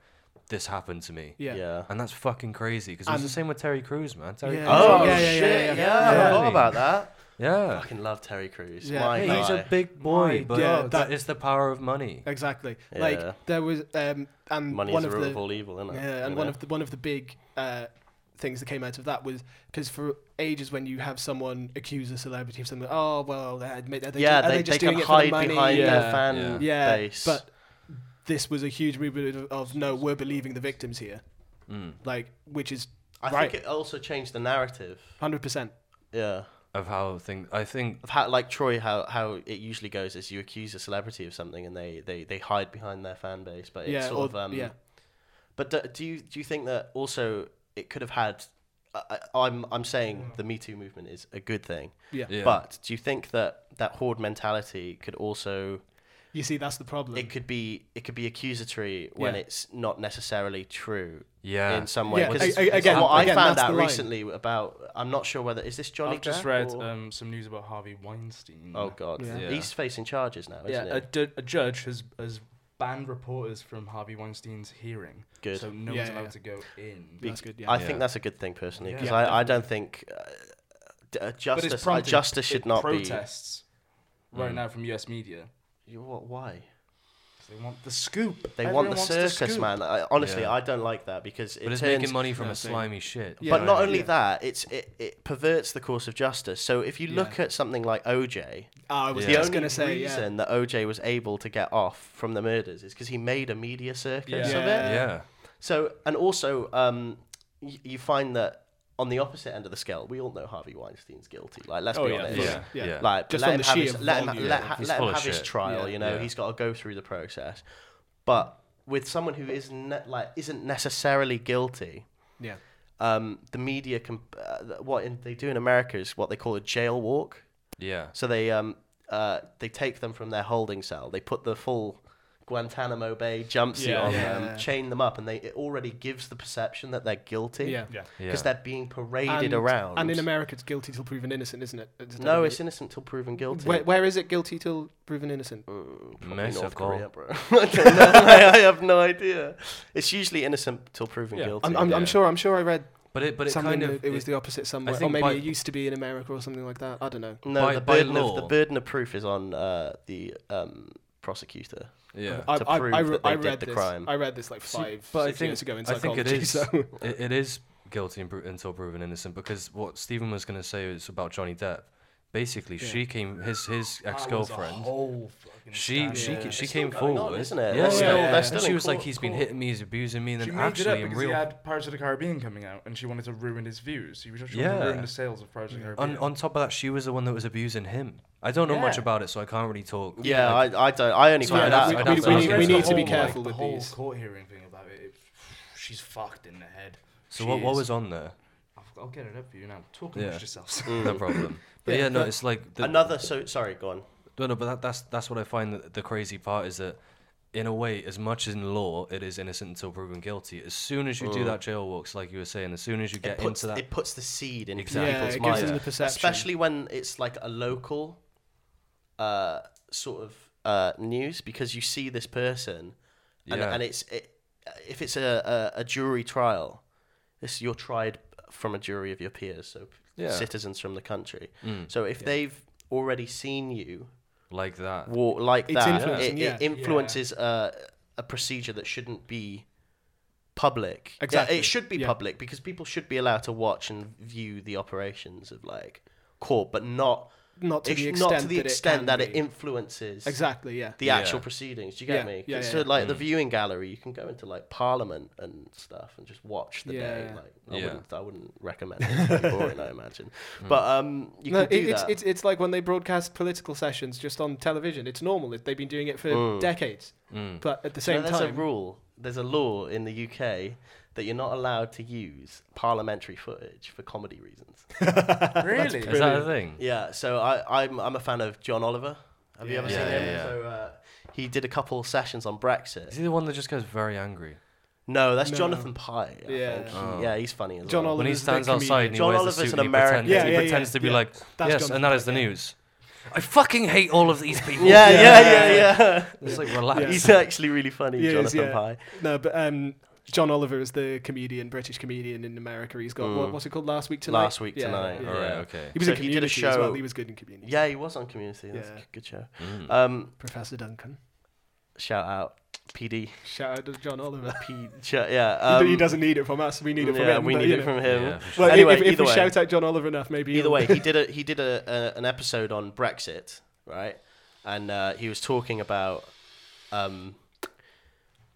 [SPEAKER 1] this happened to me.
[SPEAKER 3] yeah.
[SPEAKER 1] And that's fucking crazy because it was the
[SPEAKER 3] And-
[SPEAKER 1] same with Terry Crews, man. Terry
[SPEAKER 3] Yeah.
[SPEAKER 1] Crews.
[SPEAKER 2] Oh
[SPEAKER 3] Yeah, yeah, yeah,
[SPEAKER 2] shit!
[SPEAKER 3] yeah,
[SPEAKER 2] Yeah,
[SPEAKER 3] yeah.
[SPEAKER 2] I
[SPEAKER 1] Yeah.
[SPEAKER 2] forgot about that. I
[SPEAKER 1] Yeah.
[SPEAKER 2] fucking love Terry Crews.
[SPEAKER 3] Yeah.
[SPEAKER 2] My
[SPEAKER 1] Hey,
[SPEAKER 2] guy.
[SPEAKER 1] he's a big boy,
[SPEAKER 4] My
[SPEAKER 1] but
[SPEAKER 3] God.
[SPEAKER 1] that is the power of money.
[SPEAKER 3] Exactly.
[SPEAKER 2] Yeah.
[SPEAKER 3] Like there was um and
[SPEAKER 2] Money's
[SPEAKER 3] one
[SPEAKER 2] the
[SPEAKER 3] of
[SPEAKER 2] root
[SPEAKER 3] the
[SPEAKER 2] of all evil, isn't it?
[SPEAKER 3] yeah and
[SPEAKER 2] You
[SPEAKER 3] one
[SPEAKER 2] know?
[SPEAKER 3] of the one of the big uh things that came out of that was because for ages when you have someone accuse a celebrity of something, oh well, they admit that they
[SPEAKER 2] yeah,
[SPEAKER 3] ju- are
[SPEAKER 2] they,
[SPEAKER 3] they just
[SPEAKER 2] they
[SPEAKER 3] doing
[SPEAKER 2] can
[SPEAKER 3] it for the
[SPEAKER 2] hide
[SPEAKER 3] money.
[SPEAKER 2] behind
[SPEAKER 4] Yeah.
[SPEAKER 2] their fan
[SPEAKER 1] Yeah.
[SPEAKER 3] yeah,
[SPEAKER 2] base.
[SPEAKER 3] but this was a huge movement of, of no, we're believing the victims here,
[SPEAKER 1] Mm.
[SPEAKER 3] like which is
[SPEAKER 2] I
[SPEAKER 3] right.
[SPEAKER 2] think it also changed the narrative.
[SPEAKER 3] hundred percent.
[SPEAKER 2] Yeah,
[SPEAKER 1] Of how thing I think
[SPEAKER 2] of how like Troy, how how it usually goes is you accuse a celebrity of something and they they they hide behind their fan base, but it's
[SPEAKER 3] Yeah,
[SPEAKER 2] sort
[SPEAKER 3] or-
[SPEAKER 2] of um.
[SPEAKER 3] yeah.
[SPEAKER 2] But do, do you do you think that also it could have had? I, I- I'm I'm
[SPEAKER 3] Mm.
[SPEAKER 2] saying the Me Too movement is a good thing,
[SPEAKER 1] yeah.
[SPEAKER 2] but do you think that that horde mentality could also
[SPEAKER 3] You see, that's the problem.
[SPEAKER 2] it could be it could be accusatory when
[SPEAKER 3] Mm. Yeah.
[SPEAKER 2] it's not necessarily true
[SPEAKER 1] yeah.
[SPEAKER 2] in some way.
[SPEAKER 3] Yeah,
[SPEAKER 2] 'Cause
[SPEAKER 3] a- a- again-
[SPEAKER 2] what I
[SPEAKER 3] again,
[SPEAKER 2] found
[SPEAKER 3] that's
[SPEAKER 2] out
[SPEAKER 3] the line.
[SPEAKER 2] recently about I'm not sure whether is this Johnny.
[SPEAKER 4] I've just
[SPEAKER 2] Depp
[SPEAKER 4] read
[SPEAKER 2] or-
[SPEAKER 4] um, some news about Harvey Weinstein.
[SPEAKER 2] oh God,
[SPEAKER 3] Yeah.
[SPEAKER 1] Yeah.
[SPEAKER 2] he's facing charges now,
[SPEAKER 4] yeah, uh,
[SPEAKER 2] isn't
[SPEAKER 4] a,
[SPEAKER 2] it?
[SPEAKER 4] ju- a judge has has banned reporters from Harvey Weinstein's hearing,
[SPEAKER 2] Good.
[SPEAKER 4] so no
[SPEAKER 3] Yeah,
[SPEAKER 4] one's
[SPEAKER 3] yeah,
[SPEAKER 4] allowed
[SPEAKER 3] yeah.
[SPEAKER 4] to go in.
[SPEAKER 3] That's good. Yeah.
[SPEAKER 2] I
[SPEAKER 1] Yeah.
[SPEAKER 2] think that's a good thing personally
[SPEAKER 4] Yeah.
[SPEAKER 2] because
[SPEAKER 4] Yeah,
[SPEAKER 2] I, I don't think uh, d- uh,
[SPEAKER 4] But
[SPEAKER 2] justice
[SPEAKER 4] it's
[SPEAKER 2] uh,
[SPEAKER 4] prompted
[SPEAKER 2] justice should
[SPEAKER 4] it
[SPEAKER 2] not
[SPEAKER 4] protests right
[SPEAKER 1] Mm.
[SPEAKER 4] now from U.S. media.
[SPEAKER 2] be. You- What? Why?
[SPEAKER 4] 'cause They want the scoop.
[SPEAKER 2] They
[SPEAKER 4] Everyone
[SPEAKER 2] want the
[SPEAKER 4] wants
[SPEAKER 2] circus,
[SPEAKER 4] scoop.
[SPEAKER 2] man. I, honestly,
[SPEAKER 1] Yeah.
[SPEAKER 2] I don't like that because it
[SPEAKER 1] but it's
[SPEAKER 2] turns
[SPEAKER 1] making money from
[SPEAKER 3] Yeah,
[SPEAKER 1] a
[SPEAKER 3] so-
[SPEAKER 1] slimy shit.
[SPEAKER 3] Yeah.
[SPEAKER 2] but not
[SPEAKER 1] right?
[SPEAKER 2] only
[SPEAKER 3] Yeah.
[SPEAKER 2] that, it's it, it perverts the course of justice. So if you look
[SPEAKER 3] Yeah.
[SPEAKER 2] at something like OJ,
[SPEAKER 3] Ah, I was
[SPEAKER 1] Yeah.
[SPEAKER 2] the
[SPEAKER 3] just
[SPEAKER 2] only
[SPEAKER 3] gonna say, yeah.
[SPEAKER 2] reason that OJ was able to get off from the murders is because he made a media circus
[SPEAKER 4] Yeah.
[SPEAKER 2] of
[SPEAKER 3] Yeah.
[SPEAKER 2] it.
[SPEAKER 1] yeah.
[SPEAKER 2] So and also, um, y- you find that on the opposite end of the scale, we all know Harvey Weinstein's guilty. Like, let's
[SPEAKER 4] Oh,
[SPEAKER 2] be
[SPEAKER 4] yeah,
[SPEAKER 2] honest.
[SPEAKER 1] Yeah.
[SPEAKER 4] Yeah.
[SPEAKER 1] Yeah.
[SPEAKER 3] Yeah.
[SPEAKER 2] Like,
[SPEAKER 3] Just
[SPEAKER 2] let
[SPEAKER 3] on
[SPEAKER 2] him
[SPEAKER 3] the
[SPEAKER 2] have
[SPEAKER 3] sheer
[SPEAKER 2] his, let him,
[SPEAKER 3] volume.
[SPEAKER 2] let, ha-
[SPEAKER 1] He's
[SPEAKER 2] let
[SPEAKER 1] full
[SPEAKER 2] him
[SPEAKER 1] of
[SPEAKER 2] have his
[SPEAKER 1] shit.
[SPEAKER 2] trial.
[SPEAKER 3] Yeah.
[SPEAKER 2] You know,
[SPEAKER 1] Yeah.
[SPEAKER 2] he's got to go through the process. But with someone who isn't ne- like isn't necessarily guilty,
[SPEAKER 3] Yeah.
[SPEAKER 2] um, the media can uh, what in, they do in America is what they call a jail walk.
[SPEAKER 1] Yeah.
[SPEAKER 2] So they um uh they take them from their holding cell. They put the full Guantanamo Bay jumpsuit
[SPEAKER 4] Yeah.
[SPEAKER 2] on
[SPEAKER 3] Yeah.
[SPEAKER 2] them, chain them up, and they it already gives the perception that they're guilty.
[SPEAKER 3] Yeah.
[SPEAKER 1] Yeah.
[SPEAKER 2] Because they're being paraded
[SPEAKER 3] And,
[SPEAKER 2] around.
[SPEAKER 3] and in America, it's guilty till proven innocent, isn't it?
[SPEAKER 2] no, it's innocent till proven guilty.
[SPEAKER 3] Where, where is it guilty till proven innocent?
[SPEAKER 2] Mm, probably North
[SPEAKER 1] Mexico.
[SPEAKER 2] Korea, bro. I don't know, I have no idea. It's usually innocent till proven
[SPEAKER 4] Yeah.
[SPEAKER 2] guilty.
[SPEAKER 3] I'm, I'm, I'm
[SPEAKER 1] yeah.
[SPEAKER 3] sure. I'm sure I read
[SPEAKER 1] But it but it
[SPEAKER 3] something.
[SPEAKER 1] kind of
[SPEAKER 3] that it was the opposite somewhere, or
[SPEAKER 1] think
[SPEAKER 3] maybe
[SPEAKER 1] by-
[SPEAKER 3] it used to be in America or something like that. I don't know.
[SPEAKER 2] no,
[SPEAKER 1] by-
[SPEAKER 2] the
[SPEAKER 1] by
[SPEAKER 2] burden of the
[SPEAKER 1] law.
[SPEAKER 2] burden of proof is on uh, the um, prosecutor.
[SPEAKER 1] yeah.
[SPEAKER 3] I,
[SPEAKER 2] To
[SPEAKER 3] I,
[SPEAKER 2] prove
[SPEAKER 3] I,
[SPEAKER 2] that they
[SPEAKER 3] I
[SPEAKER 2] did
[SPEAKER 3] read
[SPEAKER 2] the
[SPEAKER 3] this.
[SPEAKER 2] crime.
[SPEAKER 3] I read this like
[SPEAKER 1] See,
[SPEAKER 3] five,
[SPEAKER 1] but I
[SPEAKER 3] six
[SPEAKER 1] think-
[SPEAKER 3] years ago in
[SPEAKER 1] I think
[SPEAKER 3] psychology.
[SPEAKER 1] it is.
[SPEAKER 3] So
[SPEAKER 1] It, it is guilty and pro- until proven innocent because what Stephen was going to say is about Johnny Depp. Basically,
[SPEAKER 3] Yeah.
[SPEAKER 1] she came his his
[SPEAKER 4] That was
[SPEAKER 1] ex
[SPEAKER 4] a
[SPEAKER 1] girlfornd.
[SPEAKER 4] whole fucking
[SPEAKER 1] She
[SPEAKER 4] scandal.
[SPEAKER 1] she
[SPEAKER 3] Yeah.
[SPEAKER 1] she
[SPEAKER 2] It's
[SPEAKER 1] came
[SPEAKER 2] still going on,
[SPEAKER 1] forward,
[SPEAKER 2] isn't it?
[SPEAKER 1] Yeah,
[SPEAKER 3] That's
[SPEAKER 1] yeah,
[SPEAKER 3] still-
[SPEAKER 1] yeah.
[SPEAKER 3] that's still
[SPEAKER 1] And she
[SPEAKER 2] in
[SPEAKER 1] was like,
[SPEAKER 2] court-
[SPEAKER 1] he's been
[SPEAKER 2] court.
[SPEAKER 1] hitting me, he's abusing me, and
[SPEAKER 4] She
[SPEAKER 1] then
[SPEAKER 4] made it up
[SPEAKER 1] actually, in
[SPEAKER 4] because
[SPEAKER 1] real
[SPEAKER 4] he had Pirates of the Caribbean coming out, and she wanted to ruin his views. She was just trying
[SPEAKER 1] Yeah.
[SPEAKER 4] to ruin the sales of Pirates of the
[SPEAKER 1] On
[SPEAKER 4] Caribbean.
[SPEAKER 1] on top of that, she was the one that was abusing him. I don't know much
[SPEAKER 4] Yeah.
[SPEAKER 1] about it, so I can't really talk.
[SPEAKER 2] Yeah,
[SPEAKER 1] like,
[SPEAKER 2] I, I don't. I only
[SPEAKER 1] So Sorry,
[SPEAKER 2] found
[SPEAKER 1] I'd
[SPEAKER 2] out.
[SPEAKER 1] have
[SPEAKER 2] about
[SPEAKER 1] to-
[SPEAKER 2] that
[SPEAKER 1] we- we
[SPEAKER 2] last
[SPEAKER 1] need-
[SPEAKER 2] week.
[SPEAKER 1] we need to be
[SPEAKER 4] whole,
[SPEAKER 3] careful
[SPEAKER 4] like,
[SPEAKER 3] with
[SPEAKER 4] the whole
[SPEAKER 3] these.
[SPEAKER 4] court hearing thing about it. it she's fucked in the head.
[SPEAKER 1] so
[SPEAKER 4] She
[SPEAKER 1] what, what
[SPEAKER 4] is.
[SPEAKER 1] was on there?
[SPEAKER 4] I've- I'll get it up for you now. Talk amongst
[SPEAKER 1] Yeah. Mm.
[SPEAKER 4] yourselves.
[SPEAKER 1] No problem. But
[SPEAKER 3] Yeah,
[SPEAKER 1] yeah, no,
[SPEAKER 3] but-
[SPEAKER 1] it's like the,
[SPEAKER 2] Another so sorry, go on.
[SPEAKER 1] No, no, but that, that's that's what I find that the crazy part is that, in a way, as much as in law it is innocent until proven guilty. As soon as you do that jailwalks, like you were saying, as soon as you
[SPEAKER 2] Mm. It
[SPEAKER 1] get
[SPEAKER 2] puts,
[SPEAKER 1] into that,
[SPEAKER 2] it puts the seed into
[SPEAKER 1] Exactly.
[SPEAKER 3] yeah,
[SPEAKER 2] people's
[SPEAKER 3] it gives
[SPEAKER 2] minds,
[SPEAKER 3] them the perception.
[SPEAKER 2] especially when it's like a local, uh, sort of uh, news because you see this person, and,
[SPEAKER 1] Yeah.
[SPEAKER 2] and it's it, if it's a, a, a jury trial, this you're tried from a jury of your peers, so
[SPEAKER 1] Yeah.
[SPEAKER 2] citizens from the country.
[SPEAKER 1] Mm,
[SPEAKER 2] So if they've already seen you
[SPEAKER 1] like that.
[SPEAKER 2] war like
[SPEAKER 3] It's
[SPEAKER 2] that, it,
[SPEAKER 3] influencing, yeah.
[SPEAKER 2] it influences uh, a procedure that shouldn't be public. Yeah,
[SPEAKER 3] Exactly,
[SPEAKER 2] it should be
[SPEAKER 3] yeah.
[SPEAKER 2] public because people should be allowed to watch and view the operations of like court, but not
[SPEAKER 3] Not to
[SPEAKER 2] it
[SPEAKER 3] the
[SPEAKER 2] sh-
[SPEAKER 3] extent,
[SPEAKER 2] not to the
[SPEAKER 3] that,
[SPEAKER 2] extent
[SPEAKER 3] it, can
[SPEAKER 2] that it
[SPEAKER 3] be.
[SPEAKER 2] influences
[SPEAKER 3] exactly, yeah.
[SPEAKER 2] the
[SPEAKER 1] Yeah. Mm.
[SPEAKER 2] actual proceedings. Do you get
[SPEAKER 3] Yeah,
[SPEAKER 2] me?
[SPEAKER 3] yeah,
[SPEAKER 2] Yeah,
[SPEAKER 3] yeah,
[SPEAKER 2] so
[SPEAKER 3] yeah.
[SPEAKER 2] like the viewing gallery, you can go into like Parliament and stuff and just watch the day.
[SPEAKER 3] Yeah.
[SPEAKER 2] Like I
[SPEAKER 1] Yeah. Mm.
[SPEAKER 2] wouldn't, I wouldn't recommend it. It's pretty boring, I imagine. But um, you
[SPEAKER 3] no,
[SPEAKER 2] can do
[SPEAKER 3] it- it's,
[SPEAKER 2] that.
[SPEAKER 3] it's it's like when they broadcast political sessions just on television. It's normal. It- They've been doing it for decades.
[SPEAKER 1] Mm.
[SPEAKER 3] But at the
[SPEAKER 2] No,
[SPEAKER 3] same
[SPEAKER 2] Mm. there's
[SPEAKER 3] time,
[SPEAKER 2] a rule. There's a law in the UK that you're not allowed to use parliamentary footage for comedy reasons.
[SPEAKER 4] really?
[SPEAKER 1] Is that a thing?
[SPEAKER 2] yeah, so I, I'm I'm a fan of John Oliver. Have you ever
[SPEAKER 1] Yeah,
[SPEAKER 2] seen
[SPEAKER 1] yeah,
[SPEAKER 2] him?
[SPEAKER 1] yeah.
[SPEAKER 2] So uh, he did a couple sessions on Brexit.
[SPEAKER 1] Is he the one that just gets very angry?
[SPEAKER 2] No, that's
[SPEAKER 3] No.
[SPEAKER 2] Jonathan Pye. I
[SPEAKER 3] Yeah.
[SPEAKER 2] think.
[SPEAKER 1] Oh.
[SPEAKER 2] yeah, he's funny as
[SPEAKER 3] John
[SPEAKER 2] well.
[SPEAKER 3] Oliver.
[SPEAKER 1] when he
[SPEAKER 3] Oliver's the
[SPEAKER 1] stands outside and he
[SPEAKER 2] John
[SPEAKER 1] wears
[SPEAKER 2] Oliver's
[SPEAKER 1] a suit
[SPEAKER 2] an
[SPEAKER 1] and he, pretend,
[SPEAKER 2] American.
[SPEAKER 1] he
[SPEAKER 3] Yeah, yeah,
[SPEAKER 1] pretends
[SPEAKER 3] yeah,
[SPEAKER 1] to be
[SPEAKER 3] yeah.
[SPEAKER 1] like,
[SPEAKER 3] That's
[SPEAKER 1] yes,
[SPEAKER 3] John
[SPEAKER 1] and that is the news. I fucking hate all of these people.
[SPEAKER 2] Yeah, yeah, yeah, yeah.
[SPEAKER 1] It's like, relax.
[SPEAKER 2] He's actually really funny,
[SPEAKER 3] He is,
[SPEAKER 2] Jonathan
[SPEAKER 3] yeah.
[SPEAKER 2] Pye.
[SPEAKER 3] no, but um, John Oliver is the comedian, British comedian in America. He's got what, what's it called? Last week tonight.
[SPEAKER 2] Mm. Last Week Tonight.
[SPEAKER 1] All right, okay.
[SPEAKER 3] He was
[SPEAKER 2] So
[SPEAKER 3] in
[SPEAKER 2] he did
[SPEAKER 3] Community
[SPEAKER 2] a
[SPEAKER 3] as well.
[SPEAKER 2] show-
[SPEAKER 3] He was good in Community.
[SPEAKER 2] Yeah, he was on Community. That's
[SPEAKER 3] Yeah.
[SPEAKER 2] a good show.
[SPEAKER 1] Mm.
[SPEAKER 2] Um,
[SPEAKER 3] Professor Duncan.
[SPEAKER 2] shout out PD.
[SPEAKER 3] Shout out to John Oliver.
[SPEAKER 2] P, yeah,
[SPEAKER 3] He
[SPEAKER 2] um,
[SPEAKER 3] d- he doesn't need it from us. We need it from
[SPEAKER 2] Mm, yeah,
[SPEAKER 3] him.
[SPEAKER 2] we
[SPEAKER 3] but,
[SPEAKER 2] need
[SPEAKER 3] you
[SPEAKER 2] it
[SPEAKER 3] know.
[SPEAKER 2] from him.
[SPEAKER 1] Yeah, for sure.
[SPEAKER 3] Well, if-
[SPEAKER 2] Anyway,
[SPEAKER 3] if, if
[SPEAKER 2] either
[SPEAKER 3] we
[SPEAKER 2] way.
[SPEAKER 3] shout out John Oliver enough, maybe.
[SPEAKER 2] Either
[SPEAKER 3] he'll-
[SPEAKER 2] way, he did a he did a, a an episode on Brexit, right? And uh, he was talking about, um,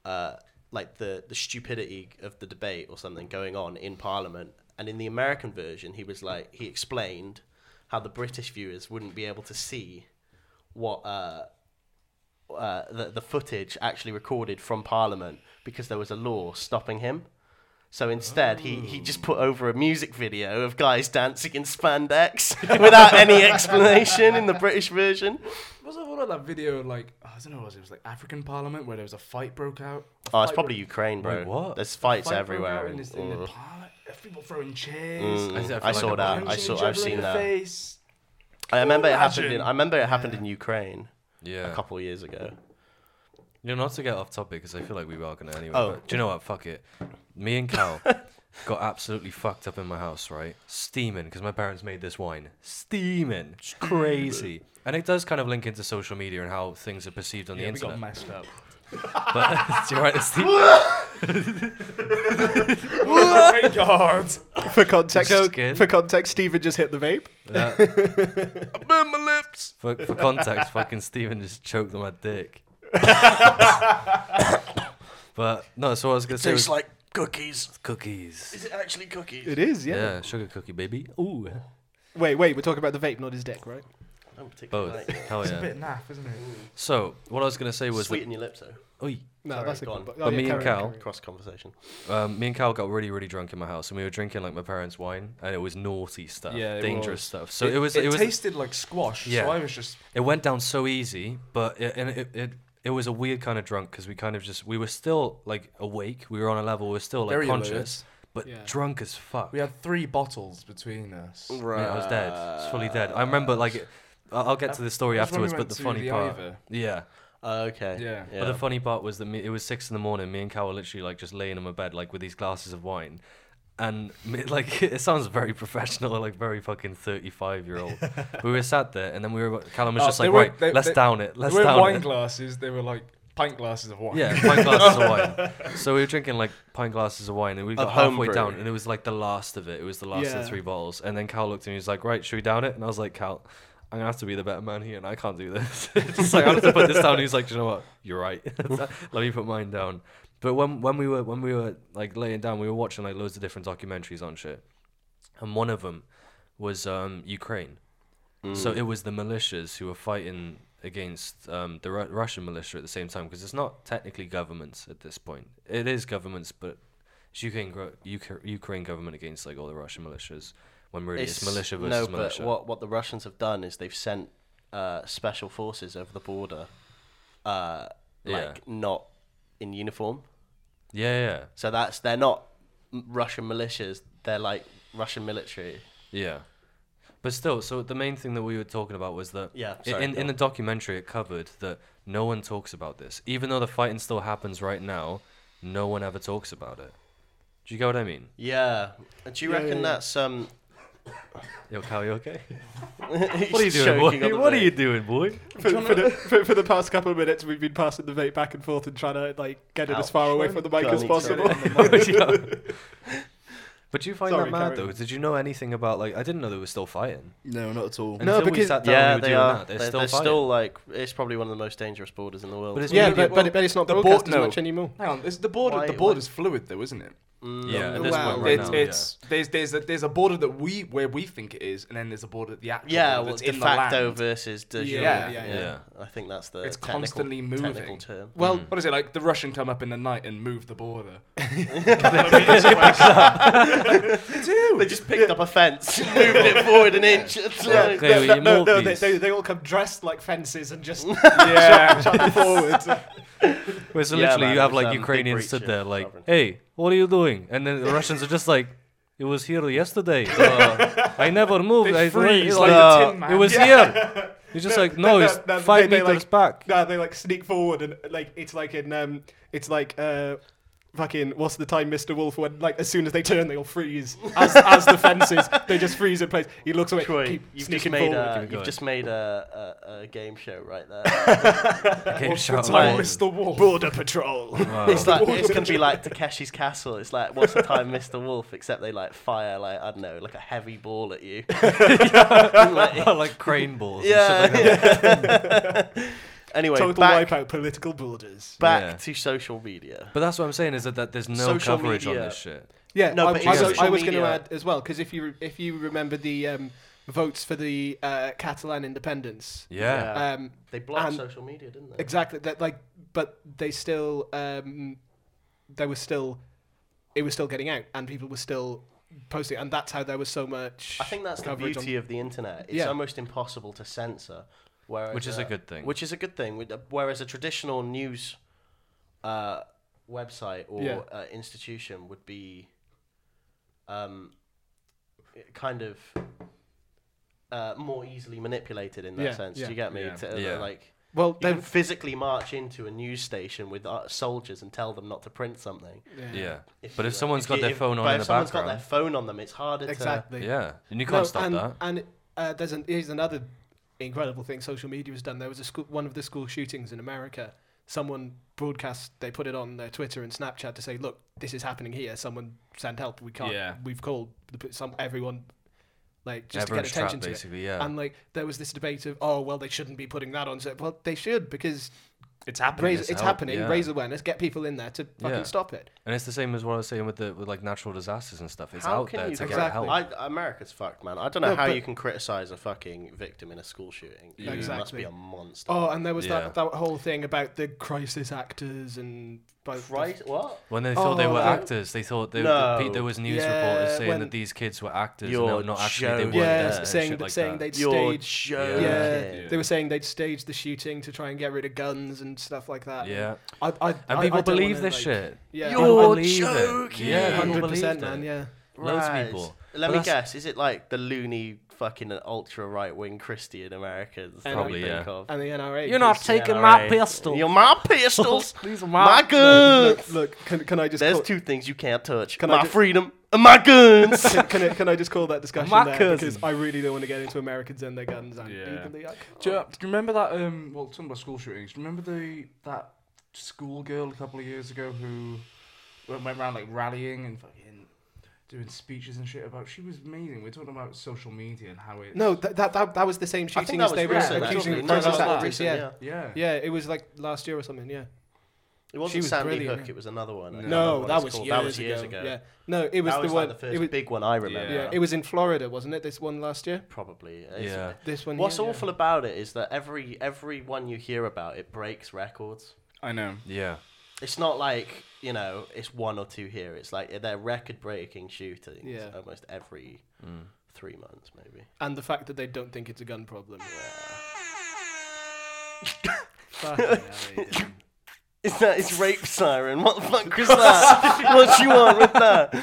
[SPEAKER 2] uh, like the the stupidity of the debate or something going on in Parliament. And in the American version, he was like he explained how the British viewers wouldn't be able to see what uh, uh, the the footage actually recorded from Parliament because there was a law stopping him. So instead, he, he just put over a music video of guys dancing in spandex without any explanation in the British version.
[SPEAKER 4] Was there one of that video like oh, I don't know what it was, it was like African Parliament where there was a fight broke out?
[SPEAKER 2] Oh, it's probably Ukraine, bro.
[SPEAKER 1] Wait, what?
[SPEAKER 2] There's fights
[SPEAKER 4] Fight broke
[SPEAKER 2] everywhere.
[SPEAKER 4] out in,
[SPEAKER 2] and-
[SPEAKER 4] this, in the
[SPEAKER 2] mm.
[SPEAKER 4] parliament. People throwing chairs.
[SPEAKER 1] I feel
[SPEAKER 2] I
[SPEAKER 1] like
[SPEAKER 2] saw
[SPEAKER 1] a
[SPEAKER 2] that.
[SPEAKER 4] punching
[SPEAKER 2] I
[SPEAKER 4] each
[SPEAKER 2] saw.
[SPEAKER 4] other
[SPEAKER 2] I've
[SPEAKER 4] in
[SPEAKER 2] seen
[SPEAKER 4] the
[SPEAKER 2] that.
[SPEAKER 4] Face.
[SPEAKER 2] I remember it happened in.
[SPEAKER 4] Imagine.
[SPEAKER 2] I remember it happened in Ukraine
[SPEAKER 1] Yeah.
[SPEAKER 2] a couple years ago.
[SPEAKER 1] You know, not to get off topic because I feel like we are gonna anyway.
[SPEAKER 2] Oh.
[SPEAKER 1] But do you know what? Fuck it. Me and Cal got absolutely fucked up in my house, right? Steaming because my parents made this wine. Steaming, It's crazy. And it does kind of link into social media and how things are perceived on the
[SPEAKER 4] Yeah, we got
[SPEAKER 1] internet.
[SPEAKER 4] messed up.
[SPEAKER 1] But it's all right. It's the-
[SPEAKER 4] oh my god!
[SPEAKER 3] For context,
[SPEAKER 1] Just kidding.
[SPEAKER 3] for context, Steven just hit the vape.
[SPEAKER 4] I burned my lips.
[SPEAKER 1] for, for context, fucking Steven just choked on my dick. but no, so what I was gonna say was
[SPEAKER 2] like cookies.
[SPEAKER 1] cookies.
[SPEAKER 2] Is it actually cookies?
[SPEAKER 3] It is,
[SPEAKER 1] Yeah.
[SPEAKER 3] yeah.
[SPEAKER 1] sugar cookie, baby. Ooh,
[SPEAKER 3] Wait, wait, we're talking about the vape, not his dick, right?
[SPEAKER 2] I don't particularly
[SPEAKER 1] both.
[SPEAKER 2] like it.
[SPEAKER 1] Hell
[SPEAKER 4] It's a
[SPEAKER 1] yeah.
[SPEAKER 4] bit naff, isn't it?
[SPEAKER 1] So what I was gonna say was,
[SPEAKER 2] Sweet
[SPEAKER 1] that,
[SPEAKER 2] in your lips though.
[SPEAKER 1] Oi.
[SPEAKER 3] No,
[SPEAKER 2] Sorry,
[SPEAKER 3] that's a
[SPEAKER 2] go
[SPEAKER 3] good. Oh,
[SPEAKER 2] on.
[SPEAKER 3] But,
[SPEAKER 1] But me and Cal-
[SPEAKER 2] Cross conversation.
[SPEAKER 1] Um, me and Cal got really, really drunk in my house, and we were drinking like my parents' wine, and it was naughty stuff,
[SPEAKER 4] Yeah, it
[SPEAKER 1] dangerous
[SPEAKER 4] was.
[SPEAKER 1] stuff. So it, was, it, was,
[SPEAKER 4] tasted like squash.
[SPEAKER 1] Yeah.
[SPEAKER 4] So I was just
[SPEAKER 1] it went down so easy, but it, and it, it, it was a weird kind of drunk because we kind of just we were still like awake, we were on a level, we were still like
[SPEAKER 4] Very alert.
[SPEAKER 1] conscious, but
[SPEAKER 3] Yeah.
[SPEAKER 1] drunk as fuck.
[SPEAKER 4] we had three bottles between us.
[SPEAKER 1] Mate, I was dead, I was fully dead. I remember like, it- I- I'll get to the story
[SPEAKER 4] That's when we
[SPEAKER 1] afterwards,
[SPEAKER 4] went
[SPEAKER 1] but the
[SPEAKER 4] to
[SPEAKER 1] funny
[SPEAKER 4] the
[SPEAKER 1] part,
[SPEAKER 4] Ivor.
[SPEAKER 1] yeah.
[SPEAKER 2] Okay.
[SPEAKER 4] Yeah.
[SPEAKER 1] But the funny part was that me, it was six in the morning. Me and Cal were literally like just laying on my bed, like with these glasses of wine, and me, like it sounds very professional, like very fucking thirty-five-year-old. we were sat there, and then we were. Callum was
[SPEAKER 4] Oh,
[SPEAKER 1] just
[SPEAKER 4] they
[SPEAKER 1] like,
[SPEAKER 4] were-
[SPEAKER 1] right,
[SPEAKER 4] they-
[SPEAKER 1] let's
[SPEAKER 4] they-
[SPEAKER 1] down it, let's
[SPEAKER 4] they weren't
[SPEAKER 1] down
[SPEAKER 4] wine
[SPEAKER 1] it.
[SPEAKER 4] glasses. They were like pint glasses of wine.
[SPEAKER 1] yeah, pint glasses of wine. So we were drinking like pint glasses of wine, and we got halfway
[SPEAKER 2] homebrew.
[SPEAKER 1] down, and it was like the last of it. It was the last of
[SPEAKER 3] Yeah.
[SPEAKER 1] the three bottles, and then Cal looked at me, he was like, right, should we down it? And I was like, Cal. I'm gonna have to be the better man here, and I can't do this. It's like I have to put this down. He's like, "Do you know what? You're right. Let me put mine down. But when when we were when we were like laying down, we were watching like loads of different documentaries on shit, and one of them was um, Ukraine.
[SPEAKER 2] Mm.
[SPEAKER 1] So it was the militias who were fighting against um, the Ru- Russian militia at the same time because it's not technically governments at this point. It is governments, but it's Ukraine gro- Ukra- Ukraine government against like all the Russian militias. When really it's, militia versus
[SPEAKER 2] no,
[SPEAKER 1] militia.
[SPEAKER 2] but what what the Russians have done is they've sent uh, special forces over the border, uh,
[SPEAKER 1] Yeah.
[SPEAKER 2] like not in uniform.
[SPEAKER 1] Yeah,
[SPEAKER 2] So that's they're not m- Russian militias. They're like Russian military.
[SPEAKER 1] yeah, yeah. But still, so the main thing that we were talking about was that
[SPEAKER 2] Yeah.
[SPEAKER 1] i-
[SPEAKER 2] sorry,
[SPEAKER 1] in,
[SPEAKER 2] go
[SPEAKER 1] in the
[SPEAKER 2] on.
[SPEAKER 1] documentary it covered that no one talks about this. Even though the fighting still happens right now, no one ever talks about it. Do you get what I mean?
[SPEAKER 2] yeah. Do you
[SPEAKER 3] Yeah,
[SPEAKER 2] reckon
[SPEAKER 3] yeah, yeah.
[SPEAKER 2] that's um?
[SPEAKER 1] Yo, Cal, you okay?
[SPEAKER 2] what
[SPEAKER 1] What are you doing, boy? What are you doing, boy?
[SPEAKER 3] For, for, the, for, for the past couple of minutes, we've been passing the vape back and forth and trying to like get it as
[SPEAKER 2] Ouch.
[SPEAKER 3] far away from the mic as
[SPEAKER 2] Johnny, Johnny.
[SPEAKER 3] possible.
[SPEAKER 1] Yeah. But do you find
[SPEAKER 3] Sorry,
[SPEAKER 1] that
[SPEAKER 3] carry
[SPEAKER 1] mad
[SPEAKER 3] on.
[SPEAKER 1] though? Did you know anything about like I didn't know they were still fighting.
[SPEAKER 6] No, not at all.
[SPEAKER 1] Until no, because we
[SPEAKER 3] because-
[SPEAKER 1] sat down, we
[SPEAKER 2] Yeah,
[SPEAKER 1] were
[SPEAKER 2] they
[SPEAKER 1] doing
[SPEAKER 2] are.
[SPEAKER 1] That. They're,
[SPEAKER 2] They're,
[SPEAKER 1] still
[SPEAKER 2] they're
[SPEAKER 1] fighting.
[SPEAKER 2] still like it's probably one of the most dangerous borders in the world.
[SPEAKER 1] But it's
[SPEAKER 3] yeah,
[SPEAKER 1] media-
[SPEAKER 3] but, but, it- but it's not
[SPEAKER 4] the
[SPEAKER 3] broadcast
[SPEAKER 4] board-
[SPEAKER 3] as
[SPEAKER 4] no.
[SPEAKER 3] much anymore.
[SPEAKER 4] Hang on, it's the border.
[SPEAKER 2] Why-
[SPEAKER 4] the
[SPEAKER 2] why-
[SPEAKER 4] border's fluid, though, isn't it?
[SPEAKER 2] Mm,
[SPEAKER 1] yeah, at
[SPEAKER 3] No.
[SPEAKER 1] this
[SPEAKER 3] Wow.
[SPEAKER 1] point right
[SPEAKER 4] it's
[SPEAKER 1] now,
[SPEAKER 4] it's there's there's a, there's a border that we where we think it is, and then there's a border that the actual
[SPEAKER 2] Yeah,
[SPEAKER 4] border
[SPEAKER 2] well,
[SPEAKER 4] that's
[SPEAKER 2] de
[SPEAKER 4] in the land.
[SPEAKER 2] facto versus de jure.
[SPEAKER 4] Yeah,
[SPEAKER 3] yeah,
[SPEAKER 1] yeah.
[SPEAKER 2] I think that's the
[SPEAKER 4] It's
[SPEAKER 2] technical-
[SPEAKER 4] constantly
[SPEAKER 2] technical
[SPEAKER 4] moving.
[SPEAKER 2] term.
[SPEAKER 1] Mm.
[SPEAKER 3] Well,
[SPEAKER 4] What is it like? The Russian come up in the night and move the border.
[SPEAKER 2] They just picked up a fence, moved it forward an inch. It's
[SPEAKER 1] yeah.
[SPEAKER 2] like-
[SPEAKER 1] Okay, well, you
[SPEAKER 3] no,
[SPEAKER 1] more
[SPEAKER 3] no, they,
[SPEAKER 1] please.
[SPEAKER 3] they, they all come dressed like fences and just
[SPEAKER 4] yeah,
[SPEAKER 3] forward.
[SPEAKER 1] Well, so
[SPEAKER 2] Yeah,
[SPEAKER 1] literally,
[SPEAKER 2] man,
[SPEAKER 1] you have
[SPEAKER 2] it's,
[SPEAKER 1] like
[SPEAKER 2] um, big
[SPEAKER 1] Ukrainians
[SPEAKER 2] breach
[SPEAKER 1] stood
[SPEAKER 2] of
[SPEAKER 1] there, like,
[SPEAKER 2] sovereignty.
[SPEAKER 1] "Hey, what are you doing?" And then the Russians are just like, "It was here yesterday. Uh, I never moved. I
[SPEAKER 4] they freeze
[SPEAKER 1] it's
[SPEAKER 4] like
[SPEAKER 1] like,
[SPEAKER 4] the Tin Man.
[SPEAKER 1] it was here." You're just
[SPEAKER 3] No,
[SPEAKER 1] like, "No,
[SPEAKER 3] no,
[SPEAKER 1] it's
[SPEAKER 3] no,
[SPEAKER 1] five
[SPEAKER 3] they- they,
[SPEAKER 1] meters
[SPEAKER 3] like-
[SPEAKER 1] back."
[SPEAKER 3] Nah, they like sneak forward and like it's like in um, it's like uh, fucking what's the time, Mr. Wolf? When like as soon as they turn, they all freeze as, as the fences. They just freeze in place. He looks away.
[SPEAKER 2] Troy,
[SPEAKER 3] keep
[SPEAKER 2] you've just
[SPEAKER 3] sneaking
[SPEAKER 2] made
[SPEAKER 3] forward.
[SPEAKER 2] a
[SPEAKER 1] keep
[SPEAKER 2] you've
[SPEAKER 1] going.
[SPEAKER 2] just made a, a, a game show right there.
[SPEAKER 1] Okay,
[SPEAKER 4] What's the
[SPEAKER 1] shout
[SPEAKER 4] time,
[SPEAKER 1] out.
[SPEAKER 4] Mr. Wolf?
[SPEAKER 3] Border patrol.
[SPEAKER 1] Wow.
[SPEAKER 2] it's like it's gonna be like Takeshi's Castle. It's like what's the time, Mr. Wolf? Except they like fire like I don't know, like a heavy ball at you. Like-
[SPEAKER 1] like crane balls. and shit like that.
[SPEAKER 2] yeah. anyway,
[SPEAKER 3] Total
[SPEAKER 2] back,
[SPEAKER 3] wipeout. Political borders.
[SPEAKER 2] back
[SPEAKER 1] Yeah.
[SPEAKER 2] to social media.
[SPEAKER 1] But that's what I'm saying is that, that there's no
[SPEAKER 2] Social
[SPEAKER 1] coverage on
[SPEAKER 2] media.
[SPEAKER 1] this shit.
[SPEAKER 3] Yeah,
[SPEAKER 2] No,
[SPEAKER 3] I,
[SPEAKER 2] but
[SPEAKER 3] I
[SPEAKER 1] it's
[SPEAKER 3] was,
[SPEAKER 2] social
[SPEAKER 3] I was going to
[SPEAKER 2] media.
[SPEAKER 3] add as well because if you re- if you remember the um, votes for the uh, Catalan independence,
[SPEAKER 1] Yeah.
[SPEAKER 2] Yeah.
[SPEAKER 3] um,
[SPEAKER 2] They blocked
[SPEAKER 3] and-
[SPEAKER 2] social media, didn't they?
[SPEAKER 3] exactly that like, but they still um, there was still it was still getting out and people were still posting and that's how there was so much.
[SPEAKER 2] I think that's the
[SPEAKER 3] coverage on-
[SPEAKER 2] beauty of the internet. It's
[SPEAKER 3] Yeah.
[SPEAKER 2] almost impossible to censor. Whereas,
[SPEAKER 1] Which is a
[SPEAKER 2] uh,
[SPEAKER 1] good thing.
[SPEAKER 2] Which is a good thing. With- uh, Whereas a traditional news uh, website or
[SPEAKER 3] Yeah.
[SPEAKER 2] uh, institution would be um, i- kind of uh, more easily manipulated in that
[SPEAKER 3] Yeah,
[SPEAKER 2] sense.
[SPEAKER 3] yeah.
[SPEAKER 2] Do you get me?
[SPEAKER 4] Yeah.
[SPEAKER 2] To, uh,
[SPEAKER 1] Yeah.
[SPEAKER 2] Like
[SPEAKER 3] well,
[SPEAKER 2] you
[SPEAKER 3] they
[SPEAKER 2] can physically march into a news station with uh, soldiers and tell them not to print something.
[SPEAKER 1] Yeah.
[SPEAKER 2] you,
[SPEAKER 1] But if
[SPEAKER 2] uh,
[SPEAKER 1] someone's got
[SPEAKER 2] you-
[SPEAKER 1] their phone on
[SPEAKER 2] but
[SPEAKER 1] in
[SPEAKER 2] if
[SPEAKER 1] the
[SPEAKER 2] someone's got their
[SPEAKER 1] background,
[SPEAKER 2] phone on them, it's harder to
[SPEAKER 3] exactly.
[SPEAKER 1] yeah, and you can't
[SPEAKER 3] No,
[SPEAKER 1] stop
[SPEAKER 3] and,
[SPEAKER 1] that.
[SPEAKER 3] And uh, there's an, here's another incredible thing social media has done. There was a school, one of the school shootings in America. Someone broadcast, they put it on their Twitter and Snapchat to say, "Look, this is happening here. Someone send help. We can't.
[SPEAKER 4] Yeah.
[SPEAKER 3] We've called the, p- some everyone, like just
[SPEAKER 1] Everyone's
[SPEAKER 3] to get attention
[SPEAKER 1] trapped,
[SPEAKER 3] to it."
[SPEAKER 1] basically. Yeah.
[SPEAKER 3] And like there was this debate of, "Oh, well, they shouldn't be putting that on." So, well, they should because
[SPEAKER 4] It's happening.
[SPEAKER 3] raise,
[SPEAKER 4] it's
[SPEAKER 3] it's
[SPEAKER 1] help,
[SPEAKER 3] happening.
[SPEAKER 1] yeah.
[SPEAKER 3] Raise awareness. Get people in there to fucking
[SPEAKER 1] Yeah.
[SPEAKER 3] stop it.
[SPEAKER 1] And it's the same as what I was saying with the with like natural disasters and stuff. It's
[SPEAKER 2] How
[SPEAKER 1] out
[SPEAKER 2] can
[SPEAKER 1] there
[SPEAKER 2] you
[SPEAKER 1] to get
[SPEAKER 3] Exactly.
[SPEAKER 1] help.
[SPEAKER 2] I, America's fucked, man. I don't know
[SPEAKER 3] No,
[SPEAKER 2] how
[SPEAKER 3] but-
[SPEAKER 2] you can criticize a fucking victim in a school shooting.
[SPEAKER 3] Yeah.
[SPEAKER 2] You must be
[SPEAKER 3] Exactly.
[SPEAKER 2] a monster.
[SPEAKER 3] Oh, and there was
[SPEAKER 1] Yeah.
[SPEAKER 3] that, that whole thing about the crisis actors and by-
[SPEAKER 2] right? What?
[SPEAKER 1] When they thought they
[SPEAKER 3] Oh,
[SPEAKER 1] were
[SPEAKER 3] that-
[SPEAKER 1] actors, they thought they,
[SPEAKER 2] No.
[SPEAKER 1] the, there was news
[SPEAKER 3] Yeah,
[SPEAKER 1] reporters saying
[SPEAKER 3] when-
[SPEAKER 1] that these kids were actors and they
[SPEAKER 2] You're
[SPEAKER 1] were not actually. They
[SPEAKER 2] joking.
[SPEAKER 1] weren't.
[SPEAKER 3] Yeah,
[SPEAKER 1] there and
[SPEAKER 3] saying
[SPEAKER 1] shit
[SPEAKER 3] that
[SPEAKER 1] like
[SPEAKER 3] saying
[SPEAKER 1] that.
[SPEAKER 3] they'd stage.
[SPEAKER 2] joking.
[SPEAKER 3] Yeah,
[SPEAKER 4] Yeah.
[SPEAKER 3] they were saying they'd stage the shooting to try and get rid of guns and stuff like that.
[SPEAKER 1] Yeah,
[SPEAKER 3] I, I,
[SPEAKER 1] and people
[SPEAKER 3] I- I don't
[SPEAKER 1] believe
[SPEAKER 3] wanna,
[SPEAKER 1] this
[SPEAKER 3] like-
[SPEAKER 1] shit.
[SPEAKER 3] Yeah,
[SPEAKER 2] You're
[SPEAKER 1] People believe
[SPEAKER 2] joking.
[SPEAKER 1] It. Yeah, people
[SPEAKER 3] hundred
[SPEAKER 1] believed
[SPEAKER 3] percent,
[SPEAKER 1] it.
[SPEAKER 3] man. Yeah,
[SPEAKER 1] Loads of
[SPEAKER 2] Right.
[SPEAKER 1] people. But
[SPEAKER 2] Let me
[SPEAKER 1] that's-
[SPEAKER 2] guess. Is it like the loony fucking ultra right wing Christian Americans? that we
[SPEAKER 1] Probably,
[SPEAKER 2] think
[SPEAKER 1] yeah.
[SPEAKER 2] of?
[SPEAKER 3] and the NRA. just-
[SPEAKER 2] taking my pistols. You're my pistols. my guns.
[SPEAKER 3] Look, look, can, can I just
[SPEAKER 2] There's
[SPEAKER 3] call,
[SPEAKER 2] two things you can't touch:
[SPEAKER 3] Can I
[SPEAKER 2] my
[SPEAKER 3] ju-
[SPEAKER 2] freedom and my guns.
[SPEAKER 3] Can, can, I, can I just call that discussion
[SPEAKER 1] My
[SPEAKER 3] there
[SPEAKER 1] cousin.
[SPEAKER 3] because I really don't want to get into Americans and their guns. And
[SPEAKER 4] Yeah.
[SPEAKER 3] equally, I
[SPEAKER 4] Do you,
[SPEAKER 3] can't.
[SPEAKER 4] do you remember that? Um, well, talking about school shootings. Do you remember the that schoolgirl a couple of years ago who went, went around like rallying and fucking doing speeches and shit about? She was amazing. We're talking about social media and how it.
[SPEAKER 3] No, that, that that that was the same
[SPEAKER 2] I think
[SPEAKER 3] shooting
[SPEAKER 2] that
[SPEAKER 3] as
[SPEAKER 2] was
[SPEAKER 3] they were
[SPEAKER 4] recent,
[SPEAKER 3] accusing
[SPEAKER 4] actually.
[SPEAKER 3] the
[SPEAKER 4] No, that
[SPEAKER 3] crisis
[SPEAKER 4] was
[SPEAKER 3] actors.
[SPEAKER 2] recent,
[SPEAKER 3] yeah.
[SPEAKER 2] yeah.
[SPEAKER 4] Yeah.
[SPEAKER 3] yeah, it was like last year or something. Yeah.
[SPEAKER 2] It wasn't
[SPEAKER 3] was
[SPEAKER 2] Sandy
[SPEAKER 3] brilliant,
[SPEAKER 2] Hook.
[SPEAKER 3] yeah.
[SPEAKER 2] It was another one. I can't remember
[SPEAKER 3] No,
[SPEAKER 2] what
[SPEAKER 3] that
[SPEAKER 2] it's
[SPEAKER 3] was,
[SPEAKER 2] called.
[SPEAKER 3] years
[SPEAKER 2] that was years ago.
[SPEAKER 3] Yeah. No, it was
[SPEAKER 2] that
[SPEAKER 3] the
[SPEAKER 2] was
[SPEAKER 3] one.
[SPEAKER 2] like the first
[SPEAKER 3] it was,
[SPEAKER 2] big one I remember.
[SPEAKER 3] yeah, it was in Florida, wasn't it? This one last year.
[SPEAKER 2] probably. It's-
[SPEAKER 1] Yeah,
[SPEAKER 3] This one.
[SPEAKER 2] What's
[SPEAKER 3] yeah, yeah.
[SPEAKER 2] awful about it is that every every one you hear about it breaks records.
[SPEAKER 4] I know.
[SPEAKER 1] yeah.
[SPEAKER 2] It's not like you know it's one or two here. It's like they're record breaking shootings
[SPEAKER 3] Yeah.
[SPEAKER 2] almost every
[SPEAKER 3] Mm.
[SPEAKER 2] three months maybe.
[SPEAKER 3] And the fact that they don't think it's a gun problem.
[SPEAKER 2] Is that his rape siren? What the fuck was that? what you want with that?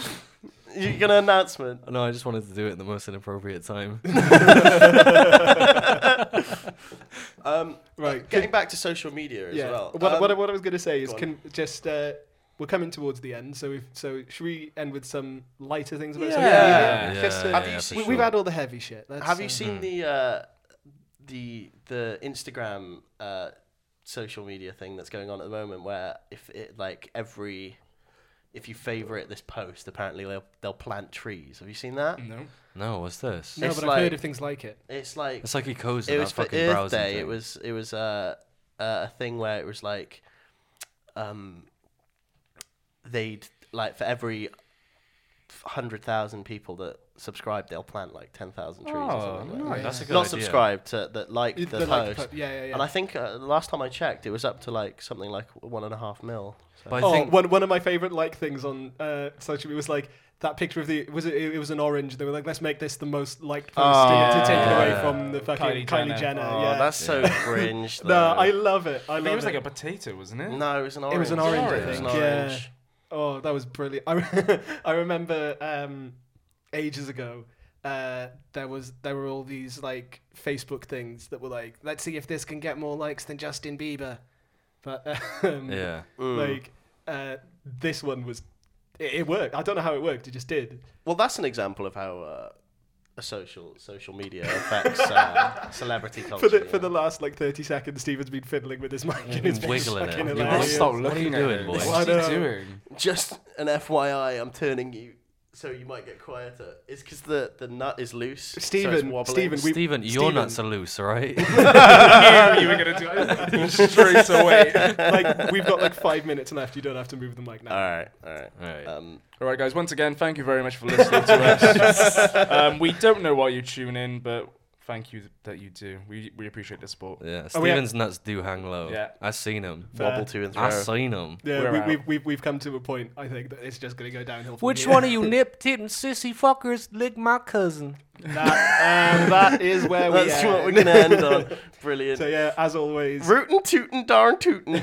[SPEAKER 2] You got an announcement.
[SPEAKER 1] No, I just wanted to do it at the most inappropriate time.
[SPEAKER 2] Um,
[SPEAKER 3] Right.
[SPEAKER 2] Getting back to social media as
[SPEAKER 3] yeah.
[SPEAKER 2] well.
[SPEAKER 3] What,
[SPEAKER 2] Um,
[SPEAKER 3] what, I- what I was going to say is,
[SPEAKER 2] go on.
[SPEAKER 3] can just uh, we're coming towards the end, so we've, so should we end with some lighter things about
[SPEAKER 2] Yeah.
[SPEAKER 3] social media?
[SPEAKER 1] Yeah,
[SPEAKER 3] Just,
[SPEAKER 1] yeah,
[SPEAKER 3] uh,
[SPEAKER 1] yeah,
[SPEAKER 2] for
[SPEAKER 3] we,
[SPEAKER 1] sure.
[SPEAKER 3] We've had all the heavy shit. Let's,
[SPEAKER 2] Have you
[SPEAKER 3] uh,
[SPEAKER 2] seen
[SPEAKER 1] Mm.
[SPEAKER 2] the uh, the the Instagram uh, social media thing that's going on at the moment, where if it like every if you favorite this post, apparently they'll they'll plant trees. Have you seen that?
[SPEAKER 4] No.
[SPEAKER 1] no, what's this?
[SPEAKER 3] No,
[SPEAKER 2] It's
[SPEAKER 3] but I've heard
[SPEAKER 2] like-
[SPEAKER 3] of things like it.
[SPEAKER 2] It's like
[SPEAKER 1] It's like he codes
[SPEAKER 2] it
[SPEAKER 1] in
[SPEAKER 2] was
[SPEAKER 1] that
[SPEAKER 2] for
[SPEAKER 1] fucking
[SPEAKER 2] Earth
[SPEAKER 1] browser.
[SPEAKER 2] Day. It was it was a a thing where it was like, um, they'd like for every hundred thousand people that subscribe, they'll plant like ten thousand trees. or
[SPEAKER 4] Oh,
[SPEAKER 2] something like that.
[SPEAKER 4] nice.
[SPEAKER 1] That's a good
[SPEAKER 2] Not
[SPEAKER 1] idea.
[SPEAKER 2] subscribed to that like the,
[SPEAKER 3] The,
[SPEAKER 2] post.
[SPEAKER 3] like, po- yeah, yeah, yeah.
[SPEAKER 2] And I think uh, the last time I checked, it was up to like something like one and a half mil. So.
[SPEAKER 1] But I
[SPEAKER 3] oh,
[SPEAKER 1] think
[SPEAKER 3] one one of my favorite like things on uh, social media was like that picture of the was it, it was an orange. They were like, let's make this the most liked post to-
[SPEAKER 2] Oh,
[SPEAKER 3] to take it away
[SPEAKER 1] yeah.
[SPEAKER 3] from the fucking Kylie
[SPEAKER 4] Kylie
[SPEAKER 3] Jenner.
[SPEAKER 4] Jenner.
[SPEAKER 2] oh,
[SPEAKER 3] yeah,
[SPEAKER 2] that's so cringe.
[SPEAKER 3] no,
[SPEAKER 2] though.
[SPEAKER 3] I love it. I
[SPEAKER 4] I
[SPEAKER 3] love
[SPEAKER 4] think it was
[SPEAKER 3] it.
[SPEAKER 4] like a potato, wasn't it?
[SPEAKER 2] no, it was an orange.
[SPEAKER 3] It was an orange,
[SPEAKER 4] I
[SPEAKER 2] It was an
[SPEAKER 3] think, yeah.
[SPEAKER 2] orange.
[SPEAKER 3] Oh, that was brilliant. I, re- I remember um, ages ago, uh, there was there were all these like Facebook things that were like, let's see if this can get more likes than Justin Bieber. But um,
[SPEAKER 1] yeah.
[SPEAKER 2] Mm.
[SPEAKER 3] like uh, this one was, it, it worked. I don't know how it worked. It just did.
[SPEAKER 2] Well, that's an example of how uh, a social social media affects uh, celebrity culture.
[SPEAKER 3] For the,
[SPEAKER 2] yeah. Mm,
[SPEAKER 3] for the last like thirty seconds, Steven's been fiddling with his mic and it's been
[SPEAKER 1] Wiggling it.
[SPEAKER 3] fucking
[SPEAKER 1] You
[SPEAKER 4] You
[SPEAKER 3] hilarious.
[SPEAKER 4] must
[SPEAKER 1] Yeah.
[SPEAKER 4] stop
[SPEAKER 1] What are you
[SPEAKER 4] looking at
[SPEAKER 1] doing,
[SPEAKER 4] it.
[SPEAKER 1] boy?
[SPEAKER 4] What
[SPEAKER 3] I
[SPEAKER 4] are
[SPEAKER 3] know.
[SPEAKER 4] you doing?
[SPEAKER 2] Just an FYI, I'm turning you so you might get quieter. It's because the, the nut is loose. so it's
[SPEAKER 3] Steven,
[SPEAKER 2] wobbling.
[SPEAKER 3] Steven, we-
[SPEAKER 1] Steven, your
[SPEAKER 3] Steven-
[SPEAKER 1] nuts are loose, all right?
[SPEAKER 4] I knew you were going to do it straight away.
[SPEAKER 3] like we've got like five minutes left. You don't have to move the mic now.
[SPEAKER 2] All right, all right.
[SPEAKER 1] all
[SPEAKER 3] Oh,
[SPEAKER 1] right.
[SPEAKER 2] Um,
[SPEAKER 4] All right, guys. Once again, thank you very much for listening to us. um, we don't know why you tune in, but thank you that you do. We we appreciate the support.
[SPEAKER 1] yeah.
[SPEAKER 3] Oh, we have-
[SPEAKER 1] Steven's nuts do hang low.
[SPEAKER 4] Yeah.
[SPEAKER 1] I seen him.
[SPEAKER 3] Fair.
[SPEAKER 2] wobble to and
[SPEAKER 1] I
[SPEAKER 2] throw.
[SPEAKER 1] seen him.
[SPEAKER 3] Yeah,
[SPEAKER 4] We're
[SPEAKER 3] we,
[SPEAKER 4] out.
[SPEAKER 3] we've, we've, we've come to a point, I think, that it's just going to go downhill. From
[SPEAKER 1] Which
[SPEAKER 3] here.
[SPEAKER 1] one of you nip titting sissy fuckers lick my cousin?
[SPEAKER 3] That, um, that is where we
[SPEAKER 2] That's
[SPEAKER 3] end.
[SPEAKER 2] what we're gonna end on. Brilliant.
[SPEAKER 3] So, yeah, as always,
[SPEAKER 2] Rootin' tootin' darn tootin'.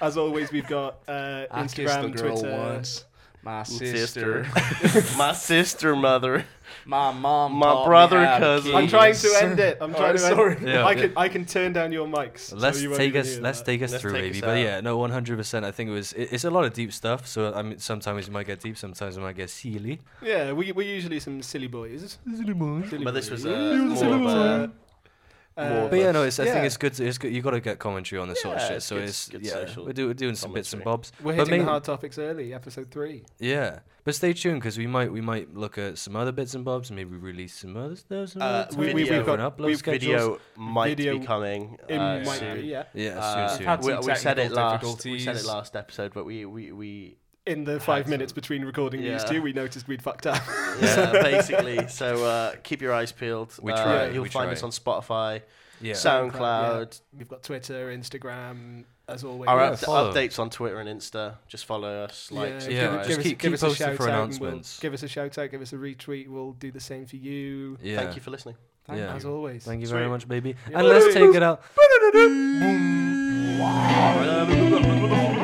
[SPEAKER 3] as always, we've got uh,
[SPEAKER 4] I kissed the
[SPEAKER 3] Instagram,
[SPEAKER 4] girl
[SPEAKER 3] Twitter.
[SPEAKER 4] once. My sister,
[SPEAKER 2] Sister. My sister, mother.
[SPEAKER 4] my mom,
[SPEAKER 2] My
[SPEAKER 4] taught me
[SPEAKER 2] brother,
[SPEAKER 4] how to
[SPEAKER 2] cousin.
[SPEAKER 3] I'm
[SPEAKER 4] kiss.
[SPEAKER 3] trying to end it. I'm
[SPEAKER 4] Oh,
[SPEAKER 3] trying to end
[SPEAKER 4] sorry.
[SPEAKER 1] Yeah.
[SPEAKER 3] I can I can turn down your mics.
[SPEAKER 1] let's
[SPEAKER 3] so you won't
[SPEAKER 1] take
[SPEAKER 3] even
[SPEAKER 1] us
[SPEAKER 3] hear
[SPEAKER 1] let's
[SPEAKER 3] that.
[SPEAKER 1] take us
[SPEAKER 2] Let's
[SPEAKER 1] through
[SPEAKER 2] take
[SPEAKER 1] baby
[SPEAKER 2] us
[SPEAKER 1] but
[SPEAKER 2] out.
[SPEAKER 1] yeah no 100% i think it was it, it's a lot of deep stuff so i mean sometimes it might get deep sometimes it might get silly
[SPEAKER 3] Yeah, we we're usually some silly boys. Silly boys.
[SPEAKER 2] But this was, uh,
[SPEAKER 3] Silly
[SPEAKER 2] more of
[SPEAKER 3] uh,
[SPEAKER 2] a-
[SPEAKER 3] boys.
[SPEAKER 2] more
[SPEAKER 3] Uh,
[SPEAKER 2] of
[SPEAKER 1] but yeah no it's, i
[SPEAKER 3] Yeah.
[SPEAKER 1] think it's good to, it's good you got to get commentary on this sort of
[SPEAKER 2] Yeah,
[SPEAKER 1] shit
[SPEAKER 2] it's
[SPEAKER 1] so
[SPEAKER 2] good-
[SPEAKER 1] it's
[SPEAKER 2] good
[SPEAKER 1] yeah
[SPEAKER 2] social
[SPEAKER 1] we're, do, we're doing some bits and bobs
[SPEAKER 3] we're
[SPEAKER 1] but
[SPEAKER 3] hitting
[SPEAKER 1] main-
[SPEAKER 3] the hard topics early. Episode three.
[SPEAKER 1] yeah but stay tuned because we might we might look at some other bits and bobs maybe release some other stuff some
[SPEAKER 2] Uh,
[SPEAKER 1] other
[SPEAKER 2] we-
[SPEAKER 1] time,
[SPEAKER 2] we've
[SPEAKER 1] different
[SPEAKER 3] got-
[SPEAKER 1] upload
[SPEAKER 3] we've-
[SPEAKER 1] schedules.
[SPEAKER 2] Video might
[SPEAKER 3] Video-
[SPEAKER 2] be coming.
[SPEAKER 3] It
[SPEAKER 2] uh,
[SPEAKER 3] might
[SPEAKER 2] soon.
[SPEAKER 3] be, yeah.
[SPEAKER 1] yeah
[SPEAKER 2] Uh,
[SPEAKER 1] soon,
[SPEAKER 4] Had
[SPEAKER 1] soon.
[SPEAKER 4] some
[SPEAKER 2] we, we said it
[SPEAKER 4] technical
[SPEAKER 2] last. We said it
[SPEAKER 4] difficulties.
[SPEAKER 2] last episode, but we we we
[SPEAKER 3] In the
[SPEAKER 2] Had
[SPEAKER 3] five
[SPEAKER 2] some-
[SPEAKER 3] minutes between recording these
[SPEAKER 2] Yeah.
[SPEAKER 3] two, we noticed we'd fucked up.
[SPEAKER 2] yeah, basically. So uh, keep your eyes peeled.
[SPEAKER 1] We
[SPEAKER 2] Uh,
[SPEAKER 1] try,
[SPEAKER 2] You'll
[SPEAKER 1] we
[SPEAKER 2] find
[SPEAKER 1] try.
[SPEAKER 2] us on Spotify,
[SPEAKER 1] yeah
[SPEAKER 2] SoundCloud.
[SPEAKER 3] We've got Twitter, Instagram, as always.
[SPEAKER 2] Our
[SPEAKER 1] Yeah,
[SPEAKER 2] up-
[SPEAKER 1] follow.
[SPEAKER 2] updates on Twitter and Insta. Just follow us. Like,
[SPEAKER 3] yeah,
[SPEAKER 1] Yeah,
[SPEAKER 2] subscribe.
[SPEAKER 1] just keep- keep
[SPEAKER 3] a
[SPEAKER 1] posting for
[SPEAKER 3] shout-out and we'll-
[SPEAKER 1] announcements.
[SPEAKER 3] give us a shout out, give us a retweet. We'll do the same for you,
[SPEAKER 1] yeah
[SPEAKER 2] Thank you for listening.
[SPEAKER 4] Thank
[SPEAKER 1] Yeah.
[SPEAKER 3] as
[SPEAKER 4] you.
[SPEAKER 3] always.
[SPEAKER 1] thank you very much baby
[SPEAKER 3] Yeah.
[SPEAKER 1] and let's take it out
[SPEAKER 3] Boom.